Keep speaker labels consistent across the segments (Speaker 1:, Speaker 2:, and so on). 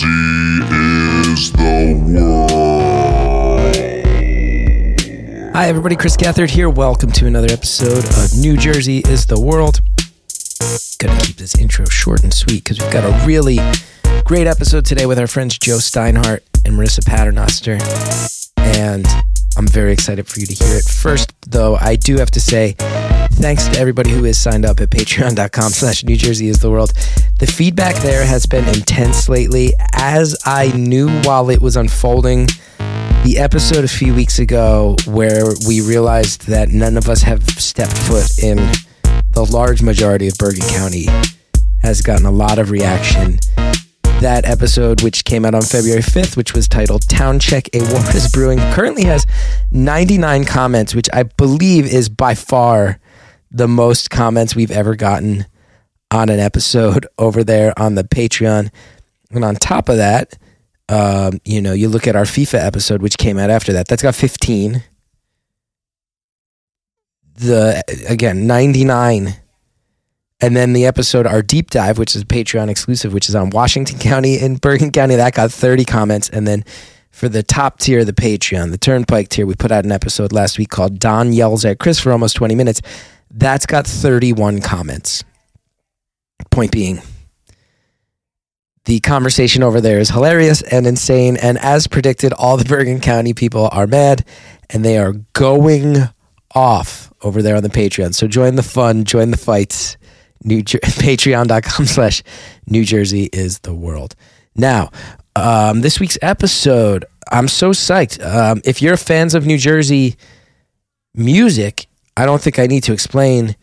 Speaker 1: Rosie is the world.
Speaker 2: Hi, everybody. Chris Gathard here. Welcome to another episode of New Jersey is the World. Gonna keep this intro short and sweet because we've got a really great episode today with our friends Joe Steinhardt and Marissa Paternoster. And I'm very excited for you to hear it. First, though, I do have to say thanks to everybody who is signed up at patreon.com slash New Jersey is the world. The feedback there has been intense lately. As I knew while it was unfolding, the episode a few weeks ago where we realized that none of us have stepped foot in the large majority of Bergen County has gotten a lot of reaction. That episode, which came out on February 5th, which was titled Town Check A War is Brewing, currently has 99 comments, which I believe is by far the most comments we've ever gotten on an episode over there on the Patreon. And on top of that, um, you know, you look at our FIFA episode, which came out after that. That's got 15. The again 99, and then the episode our deep dive, which is Patreon exclusive, which is on Washington County and Bergen County. That got 30 comments, and then for the top tier, of the Patreon, the Turnpike tier, we put out an episode last week called "Don Yells at Chris" for almost 20 minutes. That's got 31 comments. Point being, the conversation over there is hilarious and insane. And as predicted, all the Bergen County people are mad and they are going off over there on the Patreon. So join the fun, join the fights. New Jer- Patreon.com slash New Jersey is the world. Now, um, this week's episode, I'm so psyched. Um, if you're fans of New Jersey music, I don't think I need to explain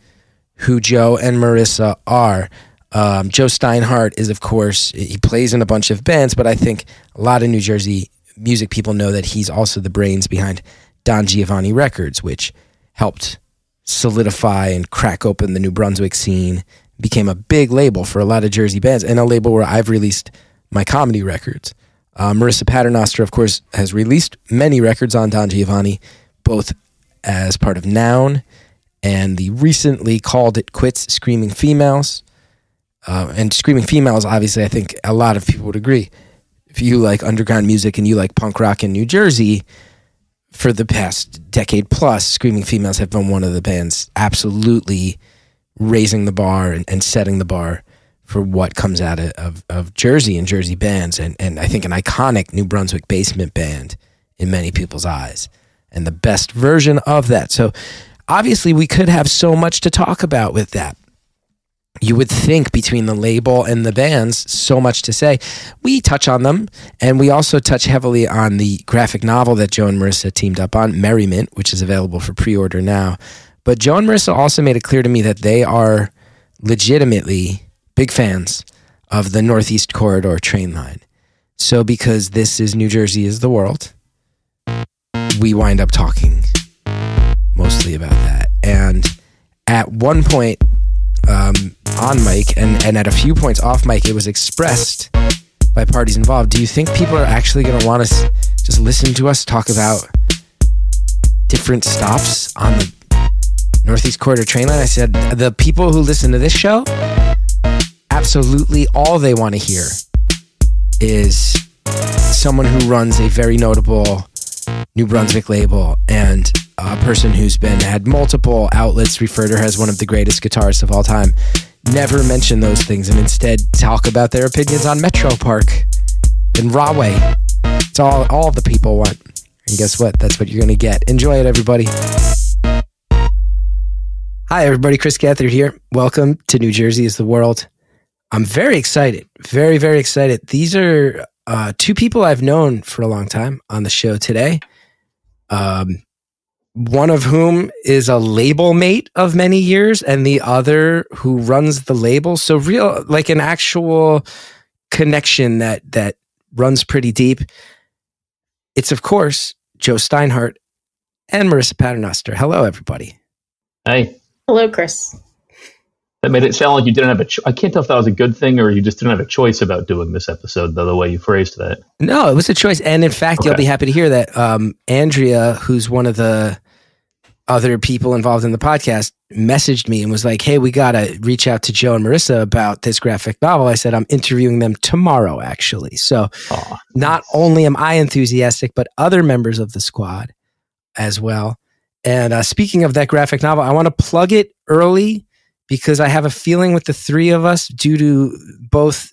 Speaker 2: who Joe and Marissa are. Um, Joe Steinhardt is, of course, he plays in a bunch of bands, but I think a lot of New Jersey music people know that he's also the brains behind Don Giovanni Records, which helped solidify and crack open the New Brunswick scene, became a big label for a lot of Jersey bands, and a label where I've released my comedy records. Uh, Marissa Paternoster, of course, has released many records on Don Giovanni, both as part of Noun and the recently called it quits Screaming Females. Uh, and Screaming Females, obviously, I think a lot of people would agree. If you like underground music and you like punk rock in New Jersey, for the past decade plus, Screaming Females have been one of the bands absolutely raising the bar and, and setting the bar for what comes out of, of, of Jersey and Jersey bands. And, and I think an iconic New Brunswick basement band in many people's eyes and the best version of that. So obviously, we could have so much to talk about with that. You would think between the label and the bands, so much to say. We touch on them, and we also touch heavily on the graphic novel that Joe and Marissa teamed up on, Merriment, which is available for pre order now. But Joe and Marissa also made it clear to me that they are legitimately big fans of the Northeast Corridor train line. So, because this is New Jersey is the world, we wind up talking mostly about that. And at one point um, on mic and, and at a few points off mic, it was expressed by parties involved. Do you think people are actually going to want us just listen to us talk about different stops on the Northeast Corridor train line? I said, the people who listen to this show, absolutely all they want to hear is someone who runs a very notable New Brunswick label and a person who's been had multiple outlets refer to her as one of the greatest guitarists of all time never mention those things and instead talk about their opinions on Metro Park and Rahway. It's all all the people want. And guess what? That's what you're going to get. Enjoy it everybody. Hi everybody, Chris Gathard here. Welcome to New Jersey is the world. I'm very excited. Very very excited. These are uh, two people I've known for a long time on the show today. Um, one of whom is a label mate of many years, and the other who runs the label. So real, like an actual connection that that runs pretty deep. It's of course Joe Steinhardt and Marissa Paternoster. Hello, everybody.
Speaker 3: Hey,
Speaker 4: Hello, Chris.
Speaker 3: that made it sound like you didn't have a. Cho- I can't tell if that was a good thing or you just didn't have a choice about doing this episode. Though the way you phrased that,
Speaker 2: No, it was a choice, and in fact, you'll
Speaker 3: Okay.
Speaker 2: be happy to hear that um, Andrea, who's one of the other people involved in the podcast messaged me and was like, "Hey, we gotta reach out to Joe and Marissa about this graphic novel." I said, "I'm interviewing them tomorrow, actually." So
Speaker 3: Aw.
Speaker 2: not only am I enthusiastic, but other members of the squad as well. And uh, speaking of that graphic novel, I want to plug it early because I have a feeling with the three of us, due to both,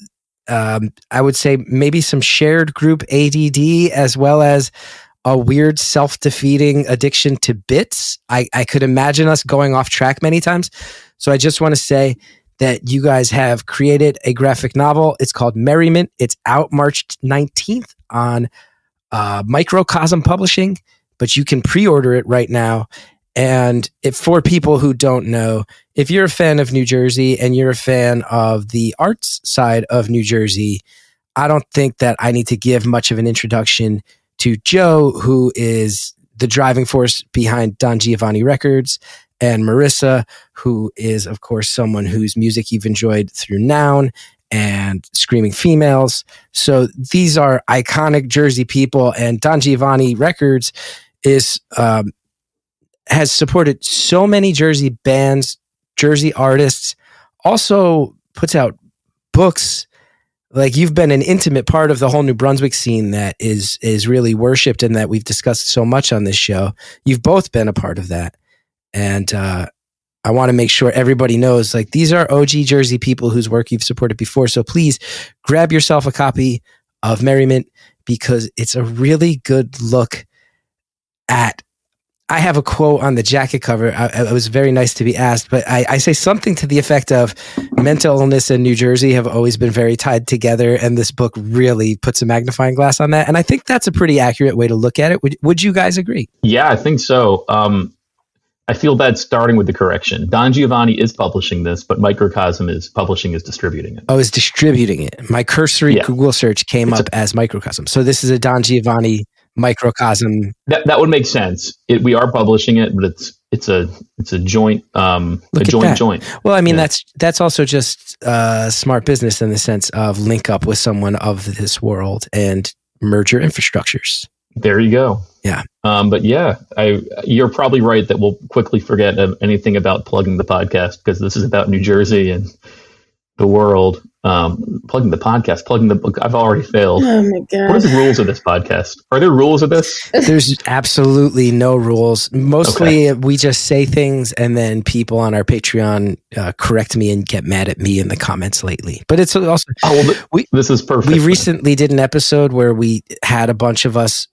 Speaker 2: um, I would say maybe some shared group ADD as well as a weird self defeating addiction to bits. I, I could imagine us going off track many times. So I just want to say that you guys have created a graphic novel. It's called Merriment. It's out March 19th on uh, Microcosm Publishing, but you can pre order it right now. And if, for people who don't know, if you're a fan of New Jersey and you're a fan of the arts side of New Jersey, I don't think that I need to give much of an introduction to Joe, who is the driving force behind Don Giovanni Records, and Marissa, who is, of course, someone whose music you've enjoyed through Noun and Screaming Females. So these are iconic Jersey people, and Don Giovanni Records is um, has supported so many Jersey bands, Jersey artists. Also puts out books. Like you've been an intimate part of the whole New Brunswick scene that is is really worshipped and that we've discussed so much on this show. You've both been a part of that, and uh, I want to make sure everybody knows like these are OG Jersey people whose work you've supported before. So please grab yourself a copy of Merriment because it's a really good look at. I have a quote on the jacket cover. I, I- it was very nice to be asked, but I, I say something to the effect of mental illness and New Jersey have always been very tied together. And this book really puts a magnifying glass on that. And I think that's a pretty accurate way to look at it. Would, would you guys agree?
Speaker 3: Yeah, I think so. Um, I feel bad starting with the correction. Don Giovanni is publishing this, but Microcosm is publishing is distributing it.
Speaker 2: I was distributing it. My cursory
Speaker 3: Yeah.
Speaker 2: Google search came
Speaker 3: It's
Speaker 2: up as microcosm. So this is a Don Giovanni microcosm.
Speaker 3: That that would make sense. It, we are publishing it, but it's it's a it's a joint um,
Speaker 2: Look
Speaker 3: a
Speaker 2: at
Speaker 3: joint
Speaker 2: that.
Speaker 3: joint.
Speaker 2: Well, I mean
Speaker 3: Yeah.
Speaker 2: that's that's also just uh, smart business in the sense of link up with someone of this world and merger infrastructures.
Speaker 3: There you go.
Speaker 2: Yeah.
Speaker 3: Um, but yeah, I you're probably right that we'll quickly forget um, anything about plugging the podcast because this is about New Jersey and the world. Um, plugging the podcast, plugging the book. I've already failed.
Speaker 4: Oh my
Speaker 3: What are
Speaker 4: god.
Speaker 3: the rules of this podcast? Are there rules of this?
Speaker 2: There's absolutely no rules. Mostly we just say things and then people on our Patreon uh, correct me and get mad at me in the comments lately. But it's also
Speaker 3: Oh, well, th-
Speaker 2: We-
Speaker 3: this is perfect.
Speaker 2: we recently did an episode where we had a bunch of us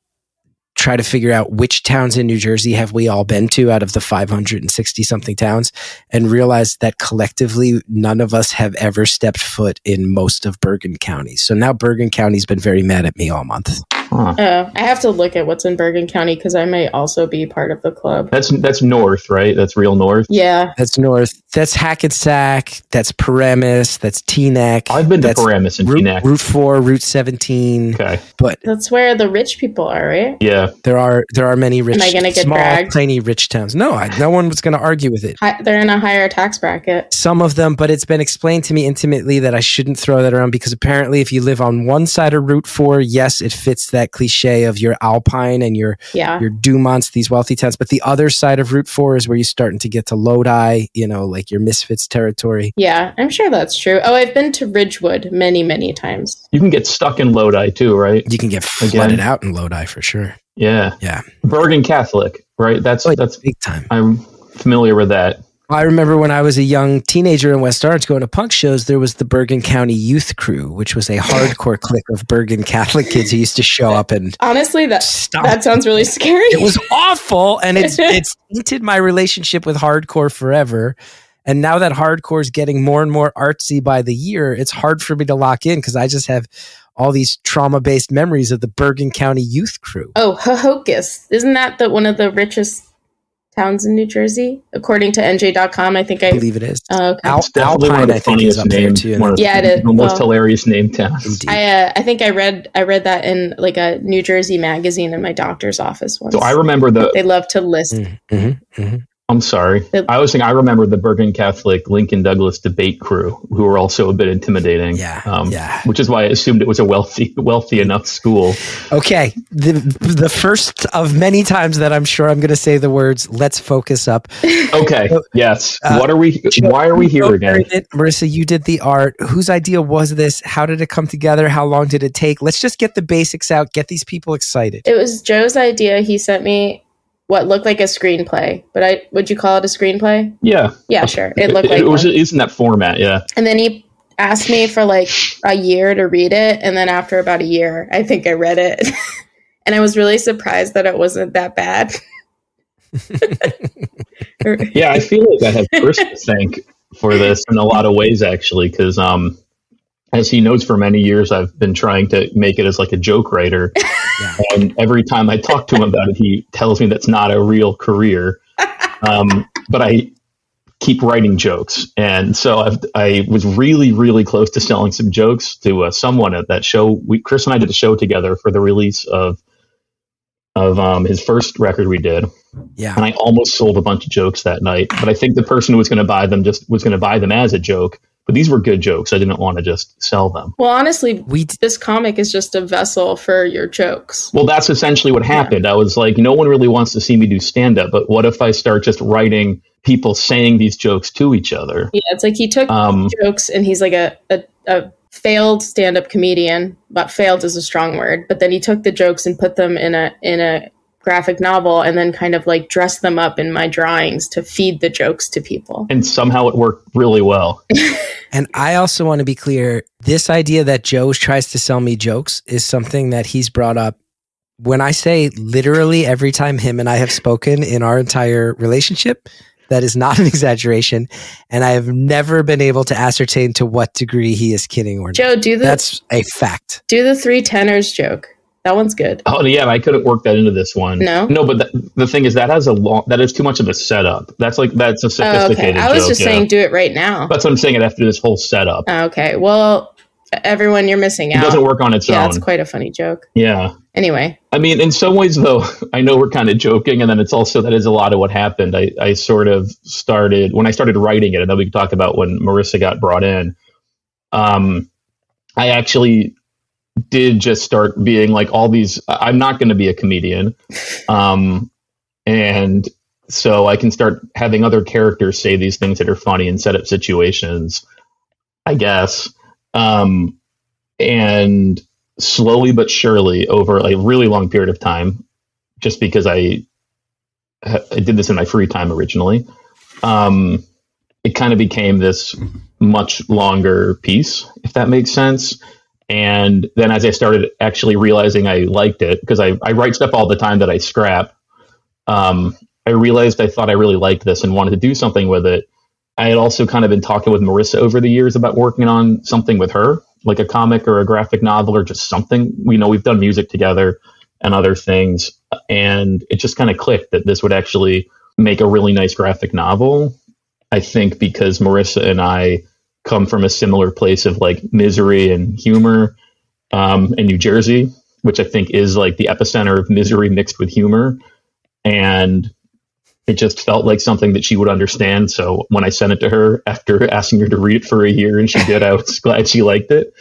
Speaker 2: try to figure out which towns in New Jersey have we all been to out of the 560 something towns and realized that collectively none of us have ever stepped foot in most of Bergen County. So now Bergen County's been very mad at me all month.
Speaker 3: Huh.
Speaker 4: Oh, I have to look at what's in Bergen County because I may also be part of the club.
Speaker 3: That's that's north, right? That's real north.
Speaker 4: Yeah.
Speaker 2: That's north. That's Hackensack, that's Paramus, that's Teaneck.
Speaker 3: I've been to
Speaker 2: that's
Speaker 3: Paramus and
Speaker 2: Route,
Speaker 3: Teaneck.
Speaker 2: Route 4, Route 17.
Speaker 3: Okay.
Speaker 2: But
Speaker 4: That's where the rich people are, right?
Speaker 3: Yeah.
Speaker 2: there are there are many rich
Speaker 4: Am I gonna get
Speaker 2: small
Speaker 4: dragged?
Speaker 2: tiny rich towns. No, I, no one was going to argue with it.
Speaker 4: Hi- they're in a higher tax bracket.
Speaker 2: some of them, but it's been explained to me intimately that I shouldn't throw that around because apparently, if you live on one side of Route Four, yes, it fits that cliche of your Alpine and your
Speaker 4: Yeah.
Speaker 2: your Dumonts, these wealthy towns. But the other side of Route Four is where you're starting to get to Lodi, you know, like your Misfits territory.
Speaker 4: Yeah, I'm sure that's true. Oh, I've been to Ridgewood many, many times.
Speaker 3: You can get stuck in Lodi too, right?
Speaker 2: You can get
Speaker 3: Again.
Speaker 2: flooded out in Lodi for sure,
Speaker 3: Yeah.
Speaker 2: Yeah.
Speaker 3: Bergen Catholic, right? That's
Speaker 2: Oh, yeah.
Speaker 3: that's
Speaker 2: big time.
Speaker 3: I'm familiar with that.
Speaker 2: I remember when I was a young teenager in West Orange going to punk shows, there was the Bergen County Youth Crew, which was a hardcore clique of Bergen Catholic kids who used to show up and
Speaker 4: Honestly, that
Speaker 2: stop
Speaker 4: that sounds really scary.
Speaker 2: it was awful and it's it's tainted my relationship with hardcore forever and now that hardcore is getting more and more artsy by the year it's hard for me to lock in because i just have all these trauma-based memories of the bergen county youth crew
Speaker 4: Oh, Hohokus. Isn't that the one of the richest towns in New Jersey? According to NJ.com, I think
Speaker 2: i
Speaker 4: I.
Speaker 2: believe it is
Speaker 4: Oh, okay.
Speaker 2: Al-
Speaker 3: It's definitely one
Speaker 2: alpine
Speaker 3: of the
Speaker 2: i think is
Speaker 3: funniest
Speaker 2: up there
Speaker 3: names.
Speaker 2: too
Speaker 3: one
Speaker 2: and
Speaker 3: of the
Speaker 4: Yeah, it is.
Speaker 3: most
Speaker 4: Well-
Speaker 3: hilarious name towns.
Speaker 2: indeed.
Speaker 4: I uh, I think I read I read that in like a New Jersey magazine in my doctor's office once.
Speaker 3: So I remember the
Speaker 4: they love to list.
Speaker 2: Mm, mhm, mhm.
Speaker 3: I'm sorry.
Speaker 4: The-
Speaker 3: I was thinking, I remember the Bergen Catholic Lincoln Douglas debate crew, who were also a bit intimidating.
Speaker 2: Mm-hmm. Yeah,
Speaker 3: Um,
Speaker 2: yeah.
Speaker 3: Which is why I assumed it was a wealthy, wealthy enough school.
Speaker 2: Okay, the the first of many times that I'm sure I'm going to say the words. Let's focus up.
Speaker 3: Okay. Yes. what are we? Why are we here
Speaker 2: uh, Joe
Speaker 3: again?
Speaker 2: Perryman, Marissa, you did the art. Whose idea was this? How did it come together? How long did it take? Let's just get the basics out. Get these people excited.
Speaker 4: It was Joe's idea. He sent me what looked like a screenplay, but I would you call it a screenplay?
Speaker 3: Yeah.
Speaker 4: Yeah, sure. It looked like
Speaker 3: Oh, it was.
Speaker 4: one.
Speaker 3: It's in that format. Yeah.
Speaker 4: And then he asked me for like a year to read it, and then after about a year, I think I read it. and I was really surprised that it wasn't that bad.
Speaker 3: Yeah. I feel like I have Chris to thank for this in a lot of ways, actually, because um, as he knows, for many years I've been trying to make it as like a joke writer,
Speaker 2: Yeah.
Speaker 3: and every time I talk to him about it, he tells me that's not a real career. Um, but I keep writing jokes, and so I've, I was really, really close to selling some jokes to uh, someone at that show. We Chris and I did a show together for the release of of um, his first record we did
Speaker 2: Yeah,
Speaker 3: and I almost sold a bunch of jokes that night. But I think the person who was going to buy them just was going to buy them as a joke. But these were good jokes. I didn't want to just sell them.
Speaker 4: Well, honestly,
Speaker 2: we d-
Speaker 4: this comic is just a vessel for your jokes.
Speaker 3: Well, that's essentially what happened. I was like, no one really wants to see me do stand up, but what if I start just writing people saying these jokes to each other?
Speaker 4: Yeah, it's like he took
Speaker 3: Um,
Speaker 4: jokes and he's like a, a, a failed stand-up comedian but failed is a strong word but then he took the jokes and put them in a in a graphic novel and then kind of like dressed them up in my drawings to feed the jokes to people
Speaker 3: and somehow it worked really well.
Speaker 2: and I also want to be clear. This idea that Joe tries to sell me jokes is something that he's brought up. When I say literally every time him and I have spoken in our entire relationship, that is not an exaggeration, and I have never been able to ascertain to what degree he is kidding or not.
Speaker 4: joe do the
Speaker 2: That's a fact.
Speaker 4: do the three tenors joke that one's good
Speaker 3: Oh yeah, I couldn't work that into this one.
Speaker 4: No?
Speaker 3: no. But th- the thing is, that has a long. That is too much of a setup. That's like that's a
Speaker 4: oh,
Speaker 3: sophisticated.
Speaker 4: okay i was
Speaker 3: joke,
Speaker 4: just
Speaker 3: yeah.
Speaker 4: saying do it right now
Speaker 3: That's what I'm saying. It after this whole setup,
Speaker 4: Oh, okay well everyone you're missing
Speaker 3: it
Speaker 4: out
Speaker 3: doesn't work on its
Speaker 4: yeah
Speaker 3: own.
Speaker 4: it's quite a funny joke
Speaker 3: yeah.
Speaker 4: anyway
Speaker 3: I mean, in some ways, though, I know we're kind of joking, and then it's also that is a lot of what happened. I, I sort of started when I started writing it, and then we can talk about when Marissa got brought in. Um, I actually did just start being like all these. I- I'm not going to be a comedian, um, and so I can start having other characters say these things that are funny and set up situations. I guess, um, and slowly but surely over a really long period of time, just because I, I did this in my free time originally, um, it kind of became this much longer piece, if that makes sense. And then as I started actually realizing I liked it, because I, I write stuff all the time that I scrap, um, I realized I thought I really liked this and wanted to do something with it. I had also kind of been talking with Marissa over the years about working on something with her, like a comic or a graphic novel or just something. We know we've done music together and other things, and it just kind of clicked that this would actually make a really nice graphic novel. I think because Marissa and I come from a similar place of like misery and humor um, in New Jersey, which I think is like the epicenter of misery mixed with humor, and it just felt like something that she would understand. So when I sent it to her after asking her to read it for a year and she did, I was glad she liked it.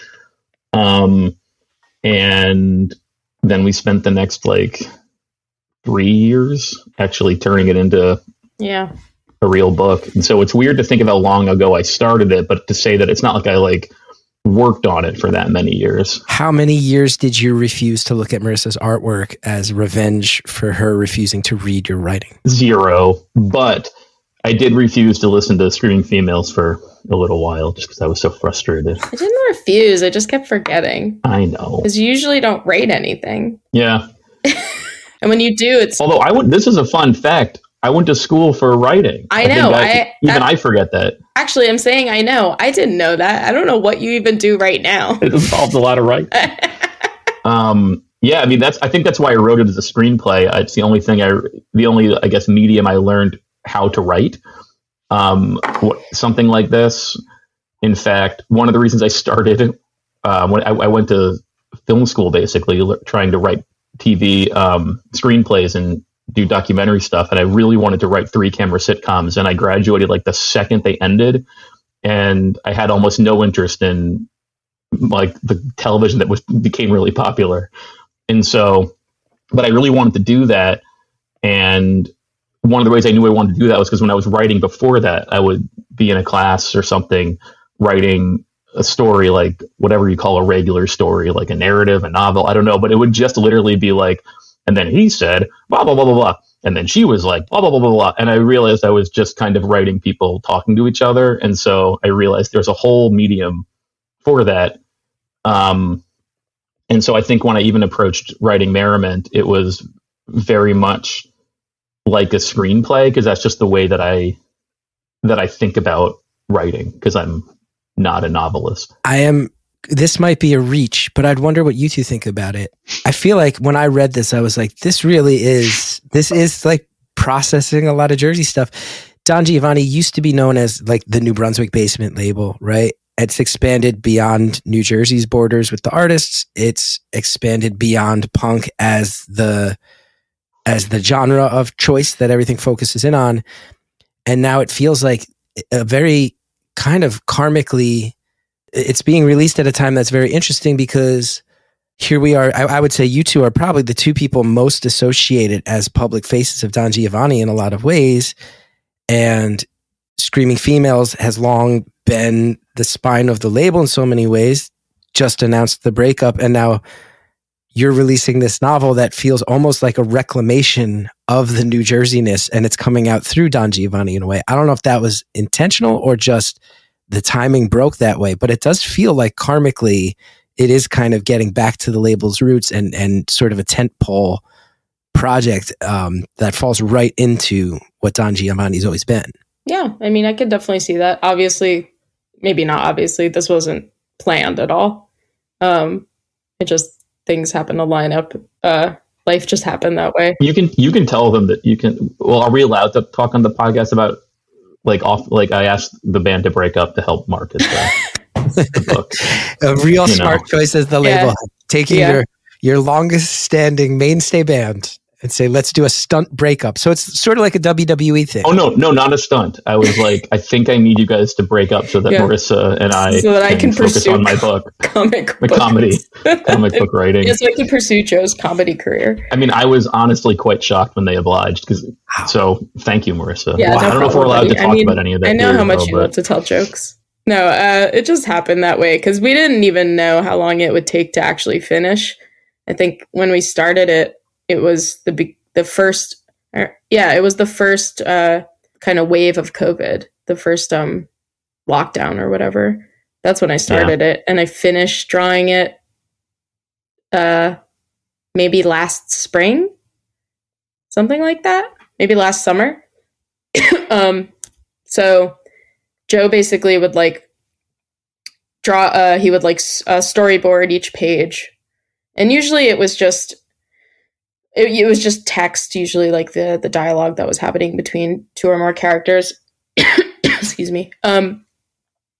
Speaker 3: Um, and then we spent the next like three years actually turning it into
Speaker 4: yeah
Speaker 3: a real book. And so it's weird to think of how long ago I started it, but to say that it's not like I like worked on it for that many years.
Speaker 2: How many years did you refuse to look at Marissa's artwork as revenge for her refusing to read your writing?
Speaker 3: Zero. But I did refuse to listen to Screaming Females for a little while just because I was so frustrated.
Speaker 4: i didn't refuse i just kept forgetting
Speaker 3: I know.
Speaker 4: because you usually don't rate anything
Speaker 3: Yeah.
Speaker 4: And when you do, it's
Speaker 3: Although I went, this is a fun fact. I went to school for writing.
Speaker 4: I
Speaker 3: think
Speaker 4: know,
Speaker 3: I,
Speaker 4: I-
Speaker 3: even
Speaker 4: that-
Speaker 3: I forget that.
Speaker 4: actually, I'm saying I know. I didn't know that. I don't know what you even do right now.
Speaker 3: It involved a lot of writing. um, yeah, I mean that's. I think that's why I wrote it as a screenplay. It's the only thing I, the only I guess medium I learned how to write. Um, what, something like this. In fact, one of the reasons I started uh, when I, I went to film school, basically l- trying to write TV um, screenplays and do documentary stuff, and I really wanted to write three camera sitcoms. And I graduated like the second they ended, and I had almost no interest in like the television that was became really popular. And so, but I really wanted to do that, and one of the ways I knew I wanted to do that was because when I was writing before that, I would be in a class or something writing a story like whatever you call a regular story, like a narrative, a novel, I don't know, but it would just literally be like, and then he said, blah, blah, blah, blah, blah. And then she was like, blah, blah, blah, blah, blah. And I realized I was just kind of writing people talking to each other. And so I realized there's a whole medium for that. Um, and so I think when I even approached writing Merriment, it was very much like a screenplay because that's just the way that I that I think about writing because I'm not a novelist.
Speaker 2: I am. This might be a reach, but I'd wonder what you two think about it. I feel like when I read this, I was like, this really is, this is like processing a lot of Jersey stuff. Don Giovanni used to be known as like the New Brunswick basement label, right? It's expanded beyond New Jersey's borders with the artists. It's expanded beyond punk as the as the genre of choice that everything focuses in on. And now it feels like a very kind of karmically, it's being released at a time that's very interesting because here we are. I, I would say you two are probably the two people most associated as public faces of Don Giovanni in a lot of ways. And Screaming Females has long been the spine of the label in so many ways, just announced the breakup. And now you're releasing this novel that feels almost like a reclamation of the New Jerseyness, and it's coming out through Don Giovanni in a way. I don't know if that was intentional or just the timing broke that way, but it does feel like karmically it is kind of getting back to the label's roots and and sort of a tentpole project um, that falls right into what Don Giovanni's always been.
Speaker 4: Yeah, I mean, I could definitely see that. Obviously, maybe not obviously, this wasn't planned at all. Um, it just things happen to line up. Uh, life just happened that way.
Speaker 3: You can you can tell them that you can. Well, are we allowed to talk on the podcast about like off? Like I asked the band to break up to help market the, the book.
Speaker 2: A real
Speaker 3: You know.
Speaker 2: smart choice as the
Speaker 4: Yeah.
Speaker 2: label, taking
Speaker 4: Yeah.
Speaker 2: your your longest standing mainstay band and say, let's do a stunt breakup. So it's sort of like a WWE thing.
Speaker 3: Oh no, no, not a stunt. I was like, I think I need you guys to break up so that
Speaker 4: Yeah.
Speaker 3: Marissa and I
Speaker 4: So that I can
Speaker 3: focus
Speaker 4: pursue
Speaker 3: on my book,
Speaker 4: Comic
Speaker 3: my
Speaker 4: book.
Speaker 3: comedy, comic book writing.
Speaker 4: Yes, I could pursue Joe's comedy career.
Speaker 3: I mean, I was honestly quite shocked when they obliged. Because
Speaker 2: Wow.
Speaker 3: so, thank you, Marissa. I
Speaker 4: Yeah, no
Speaker 3: don't know if we're
Speaker 4: problem,
Speaker 3: allowed to
Speaker 4: buddy. I
Speaker 3: talk
Speaker 4: mean,
Speaker 3: about any of that.
Speaker 4: I know
Speaker 3: here,
Speaker 4: how much
Speaker 3: though,
Speaker 4: you
Speaker 3: but-
Speaker 4: love to tell jokes. No, uh, it just happened that way because we didn't even know how long it would take to actually finish. I think when we started it, it was the be- the first, er, yeah, it was the first uh, kind of wave of COVID, the first um, lockdown or whatever. That's when I started it, and I finished drawing it, uh, maybe last spring, something like that, maybe last summer. um, so Joe basically would like draw. Uh, he would like s- uh, storyboard each page, and usually it was just it, it was just text. Usually, like the the dialogue that was happening between two or more characters. Excuse me. Um,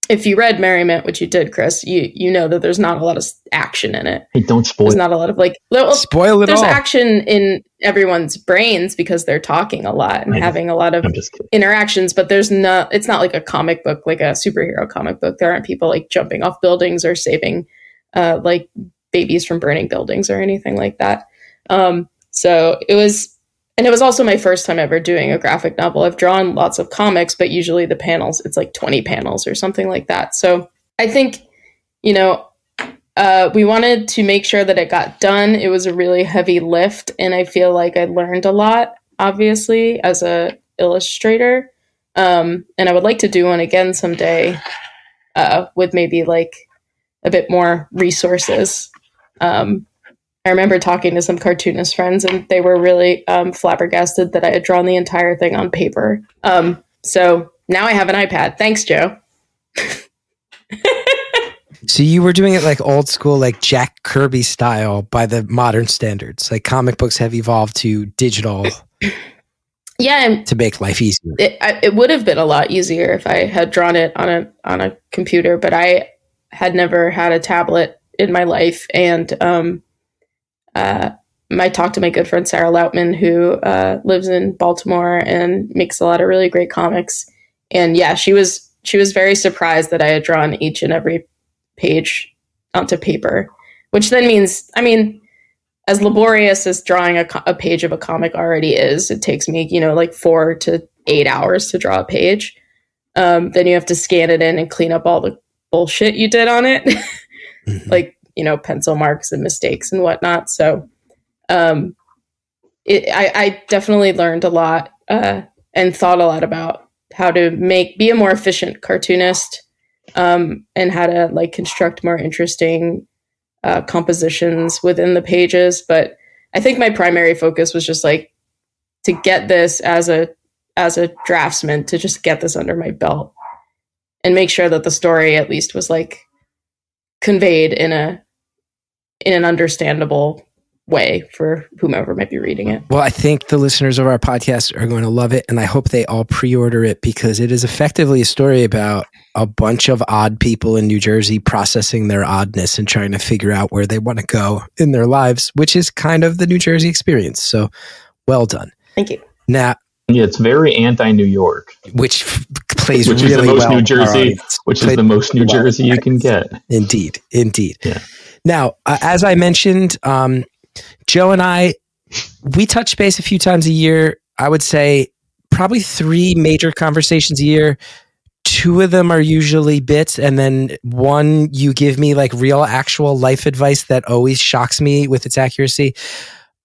Speaker 4: if you read Merriment, which you did, Chris, you you know that there's not a lot of s- action in it.
Speaker 3: Hey, don't spoil.
Speaker 4: There's not a lot of like little,
Speaker 2: Spoil it
Speaker 4: there's
Speaker 2: all.
Speaker 4: action in everyone's brains because they're talking a lot and
Speaker 3: I know.
Speaker 4: having a lot of
Speaker 3: I'm just kidding.
Speaker 4: interactions but there's no it's not like a comic book like a superhero comic book there aren't people like jumping off buildings or saving uh like babies from burning buildings or anything like that um so it was and it was also my first time ever doing a graphic novel i've drawn lots of comics but usually the panels it's like 20 panels or something like that so i think you know uh, we wanted to make sure that it got done. It was a really heavy lift, and I feel like I learned a lot, obviously, as a illustrator. Um, and I would like to do one again someday uh, with maybe like a bit more resources. Um, I remember talking to some cartoonist friends, and they were really um, flabbergasted that I had drawn the entire thing on paper. Um, so now I have an iPad. Thanks, Joe.
Speaker 2: So you were doing it like old school, like Jack Kirby style by the modern standards. Like comic books have evolved to digital
Speaker 4: Yeah, I'm-
Speaker 2: to make life easier.
Speaker 4: it, I, it would have been a lot easier if I had drawn it on a on a computer, but I had never had a tablet in my life, and um, uh, I talked to my good friend Sarah Lautman, who uh, lives in Baltimore and makes a lot of really great comics. And yeah, she was she was very surprised that I had drawn each and every page onto paper, which then means, I mean, as laborious as drawing a, co- a page of a comic already is, it takes me you know like four to eight hours to draw a page. Um, then you have to scan it in and clean up all the bullshit you did on it,
Speaker 2: Mhm.
Speaker 4: like you know pencil marks and mistakes and whatnot. So um, it, I, I definitely learned a lot uh, and thought a lot about how to make be a more efficient cartoonist um, and how to like construct more interesting uh, compositions within the pages. But I think my primary focus was just like to get this as a as a draftsman to just get this under my belt and make sure that the story at least was like conveyed in a in an understandable way for whomever might be reading it.
Speaker 2: Well, I think the listeners of our podcast are going to love it, and I hope they all pre order it because it is effectively a story about a bunch of odd people in New Jersey processing their oddness and trying to figure out where they want to go in their lives, which is kind of the New Jersey experience. So well done.
Speaker 4: Thank you.
Speaker 2: Now,
Speaker 3: Yeah, it's very anti-New York,
Speaker 2: which f- plays
Speaker 3: Which is
Speaker 2: really
Speaker 3: the most
Speaker 2: well
Speaker 3: New
Speaker 2: our
Speaker 3: Jersey-
Speaker 2: audience.
Speaker 3: which
Speaker 2: Played
Speaker 3: is the most New
Speaker 2: well,
Speaker 3: Jersey you can get.
Speaker 2: Indeed, indeed.
Speaker 3: Yeah.
Speaker 2: Now, uh, as I mentioned, um, Joe and I, we touch base a few times a year. I would say probably three major conversations a year. Two of them are usually bits, and then one you give me like real, actual life advice that always shocks me with its accuracy.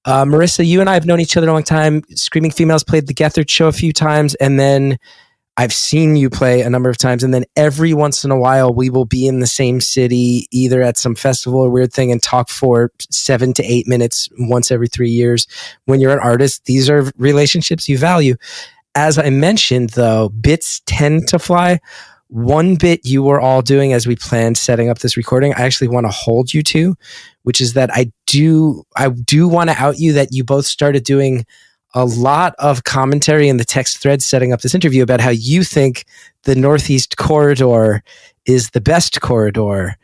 Speaker 2: Uh, Marissa, you and I have known each other a long time. Screaming Females played the Gethard show a few times, and then I've seen you play a number of times, and then every once in a while we will be in the same city, either at some festival or weird thing, and talk for seven to eight minutes once every three years. When you're an artist, these are relationships you value. As I mentioned, though, bits tend to fly. One bit you were all doing as we planned setting up this recording, I actually want to hold you to, which is that I do I do want to out you that you both started doing a lot of commentary in the text thread setting up this interview about how you think the Northeast corridor is the best corridor.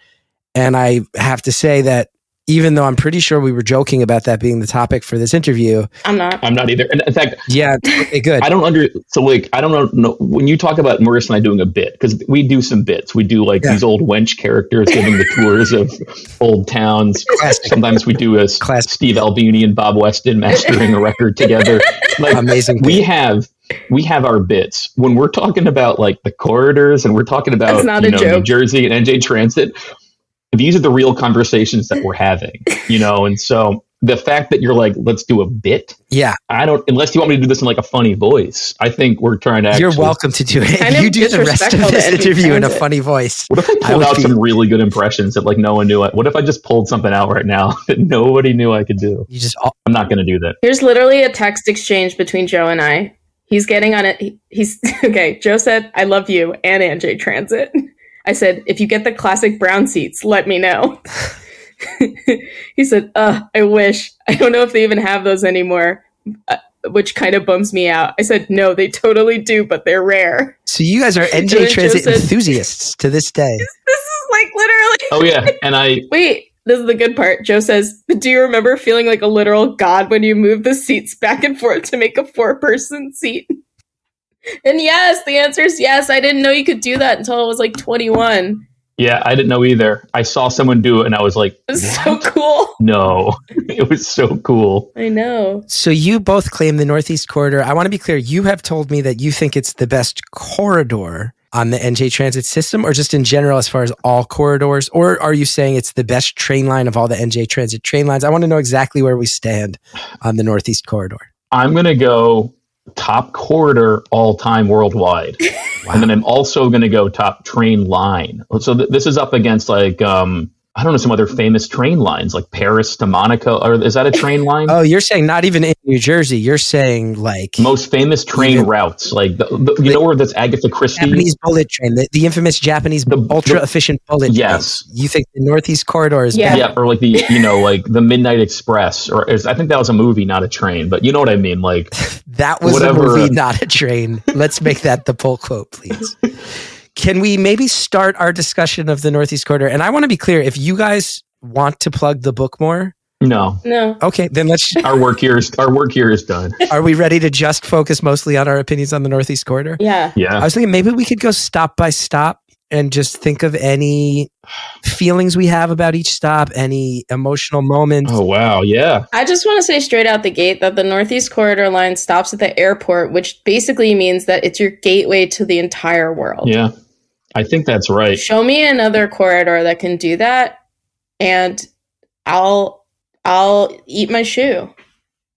Speaker 2: And I have to say that even though I'm pretty sure we were joking about that being the topic for this interview,
Speaker 4: I'm not.
Speaker 3: I'm not either. And in fact,
Speaker 2: yeah, okay, good.
Speaker 3: I don't under so like I don't know when you talk about Marissa and I doing a bit because we do some bits. We do like
Speaker 2: Yeah.
Speaker 3: these old wench characters giving the tours of old towns.
Speaker 2: Classic.
Speaker 3: Sometimes we do a S-
Speaker 2: Classic.
Speaker 3: Steve Albini and Bob Weston mastering a record together. Like
Speaker 2: Amazing.
Speaker 3: we have we have our bits when we're talking about like the corridors and we're talking about
Speaker 4: That's not
Speaker 3: you
Speaker 4: a
Speaker 3: know, New
Speaker 4: joke.
Speaker 3: Jersey and NJ Transit. These are the real conversations that we're having, you know. And so the fact that you're like, let's do a bit.
Speaker 2: yeah,
Speaker 3: I don't, unless you want me to do this in like a funny voice. I think we're trying to. Actually,
Speaker 2: you're welcome to do
Speaker 4: Kind
Speaker 2: it.
Speaker 4: of
Speaker 2: You do the rest of
Speaker 4: disrespectful
Speaker 2: this
Speaker 4: to NJ
Speaker 2: interview in a
Speaker 4: Transit.
Speaker 2: funny voice.
Speaker 3: What if I
Speaker 2: I would
Speaker 3: pulled out
Speaker 2: be-
Speaker 3: some really good impressions that like no one knew? I, what if I just pulled something out right now that nobody knew I could do?
Speaker 2: You just all,
Speaker 3: I'm not going to do that.
Speaker 4: Here's literally a text exchange between Joe and I. He's getting on it. he- He's okay. Joe said, "I love you and NJ Transit." I said, "If you get the classic brown seats, let me know." he said, "Uh, I wish. I don't know if they even have those anymore." Uh, which kind of bums me out. I said, "No, they totally do, but they're rare."
Speaker 2: so you guys are
Speaker 4: then
Speaker 2: NJ
Speaker 4: Joe
Speaker 2: Transit
Speaker 4: said-
Speaker 2: enthusiasts to this day.
Speaker 4: This is like literally
Speaker 3: Oh yeah, and I
Speaker 4: Wait, this is the good part. Joe says, "But do you remember feeling like a literal god when you moved the seats back and forth to make a four person seat? And yes, the answer is yes. I didn't know you could do that until I was like 21.
Speaker 3: yeah I didn't know either. I saw someone do it and I was like,
Speaker 4: It was so cool.
Speaker 3: no, it was so cool.
Speaker 4: I know.
Speaker 2: So you both claim the Northeast corridor. I want to be clear. You have told me that you think it's the best corridor on the NJ Transit system, or just in general as far as all corridors, or are you saying it's the best train line of all the NJ Transit train lines? I want to know exactly where we stand on the Northeast corridor.
Speaker 3: I'm going to go top corridor all time worldwide, and then I'm also going to go top train line. So th- this is up against like um, I don't know some other famous train lines like Paris to Monaco, or is that a train line?
Speaker 2: Oh, you're saying not even in New Jersey. You're saying like
Speaker 3: most famous train
Speaker 2: Even-
Speaker 3: routes, like the, the, you know where that's Agatha Christie.
Speaker 2: Japanese bullet train, the, the infamous Japanese
Speaker 3: The- the-
Speaker 2: ultra efficient bullet.
Speaker 3: Yes.
Speaker 2: train. You think the Northeast corridor is
Speaker 4: Yeah.
Speaker 2: better?
Speaker 3: yeah, or like the you know like the Midnight Express, or is, I think that was a movie, not a train, but you know what I mean. Like
Speaker 2: That was
Speaker 3: Whatever,
Speaker 2: a movie,
Speaker 3: uh,
Speaker 2: not a train. Let's make that the pull quote, please. Can we maybe start our discussion of the Northeast Corridor? And I want to be clear if you guys want to plug the book more,
Speaker 3: No,
Speaker 4: No.
Speaker 2: Okay, then let's.
Speaker 3: our work here is our work here is done.
Speaker 2: Are we ready to just focus mostly on our opinions on the Northeast Corridor?
Speaker 4: Yeah.
Speaker 2: I
Speaker 3: Yeah,
Speaker 2: was thinking maybe we could go stop by stop and just think of any feelings we have about each stop, any emotional moments.
Speaker 3: Oh wow, yeah.
Speaker 4: I just want to say straight out the gate that the Northeast Corridor line stops at the airport, which basically means that it's your gateway to the entire world.
Speaker 3: Yeah. I think that's right.
Speaker 4: Show me another corridor that can do that and I'll I'll eat my shoe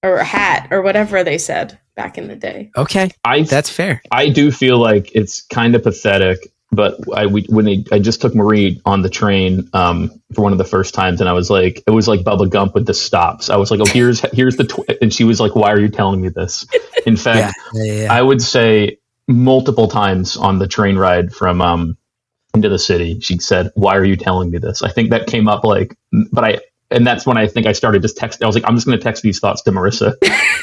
Speaker 4: or hat or whatever they said back in the day.
Speaker 2: Okay,
Speaker 3: I
Speaker 2: that's fair.
Speaker 3: I do feel like it's kind of pathetic, but I we, when they, I just took Marie on the train um, for one of the first times, and I was like, it was like Bubba Gump with the stops. I was like, oh, here's here's the, tw-, and she was like, why are you telling me this? In
Speaker 2: Yeah,
Speaker 3: fact,
Speaker 2: yeah, yeah.
Speaker 3: I would say multiple times on the train ride from um, into the city, she said, why are you telling me this? I think that came up like, but I. And that's when I think I started just texting. I was like, I'm just going to text these thoughts to Marissa,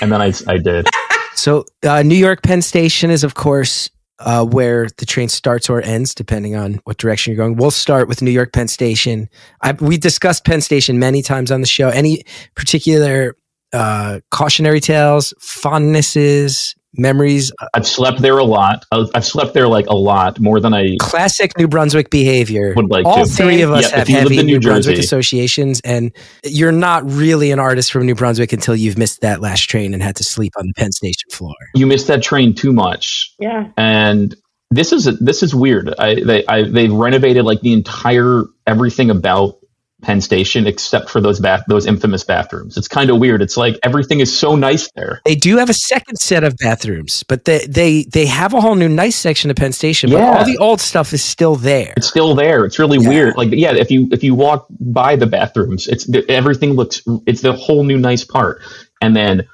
Speaker 3: and then I, I did.
Speaker 2: So, uh, New York Penn Station is, of course, uh, where the train starts or ends, depending on what direction you're going. We'll start with New York Penn Station. I, we discussed Penn Station many times on the show. Any particular uh, cautionary tales, fondnesses, memories? Uh,
Speaker 3: I've slept there a lot. I- I've slept there like a lot more than I
Speaker 2: classic New Brunswick behavior.
Speaker 3: would like
Speaker 2: All
Speaker 3: to.
Speaker 2: three of us
Speaker 3: Yeah, if
Speaker 2: have
Speaker 3: you lived
Speaker 2: heavy
Speaker 3: in New
Speaker 2: New, Brunswick
Speaker 3: Jersey.
Speaker 2: associations, and you're not really an artist from New Brunswick until you've missed that last train and had to sleep on the Penn Station floor.
Speaker 3: You missed that train too much,
Speaker 4: Yeah.
Speaker 3: and this is this is weird. I they I, they've renovated like the entire everything about Penn Station except for those bath those infamous bathrooms. It's kind of weird. It's like everything is so nice there.
Speaker 2: They do have a second set of bathrooms, but they they they have a whole new nice section of Penn Station, but
Speaker 3: Yeah.
Speaker 2: all the old stuff is still there.
Speaker 3: It's still there. It's really
Speaker 2: Yeah.
Speaker 3: weird. Like yeah, if you if you walk by the bathrooms, it's the, everything looks it's the whole new nice part. And then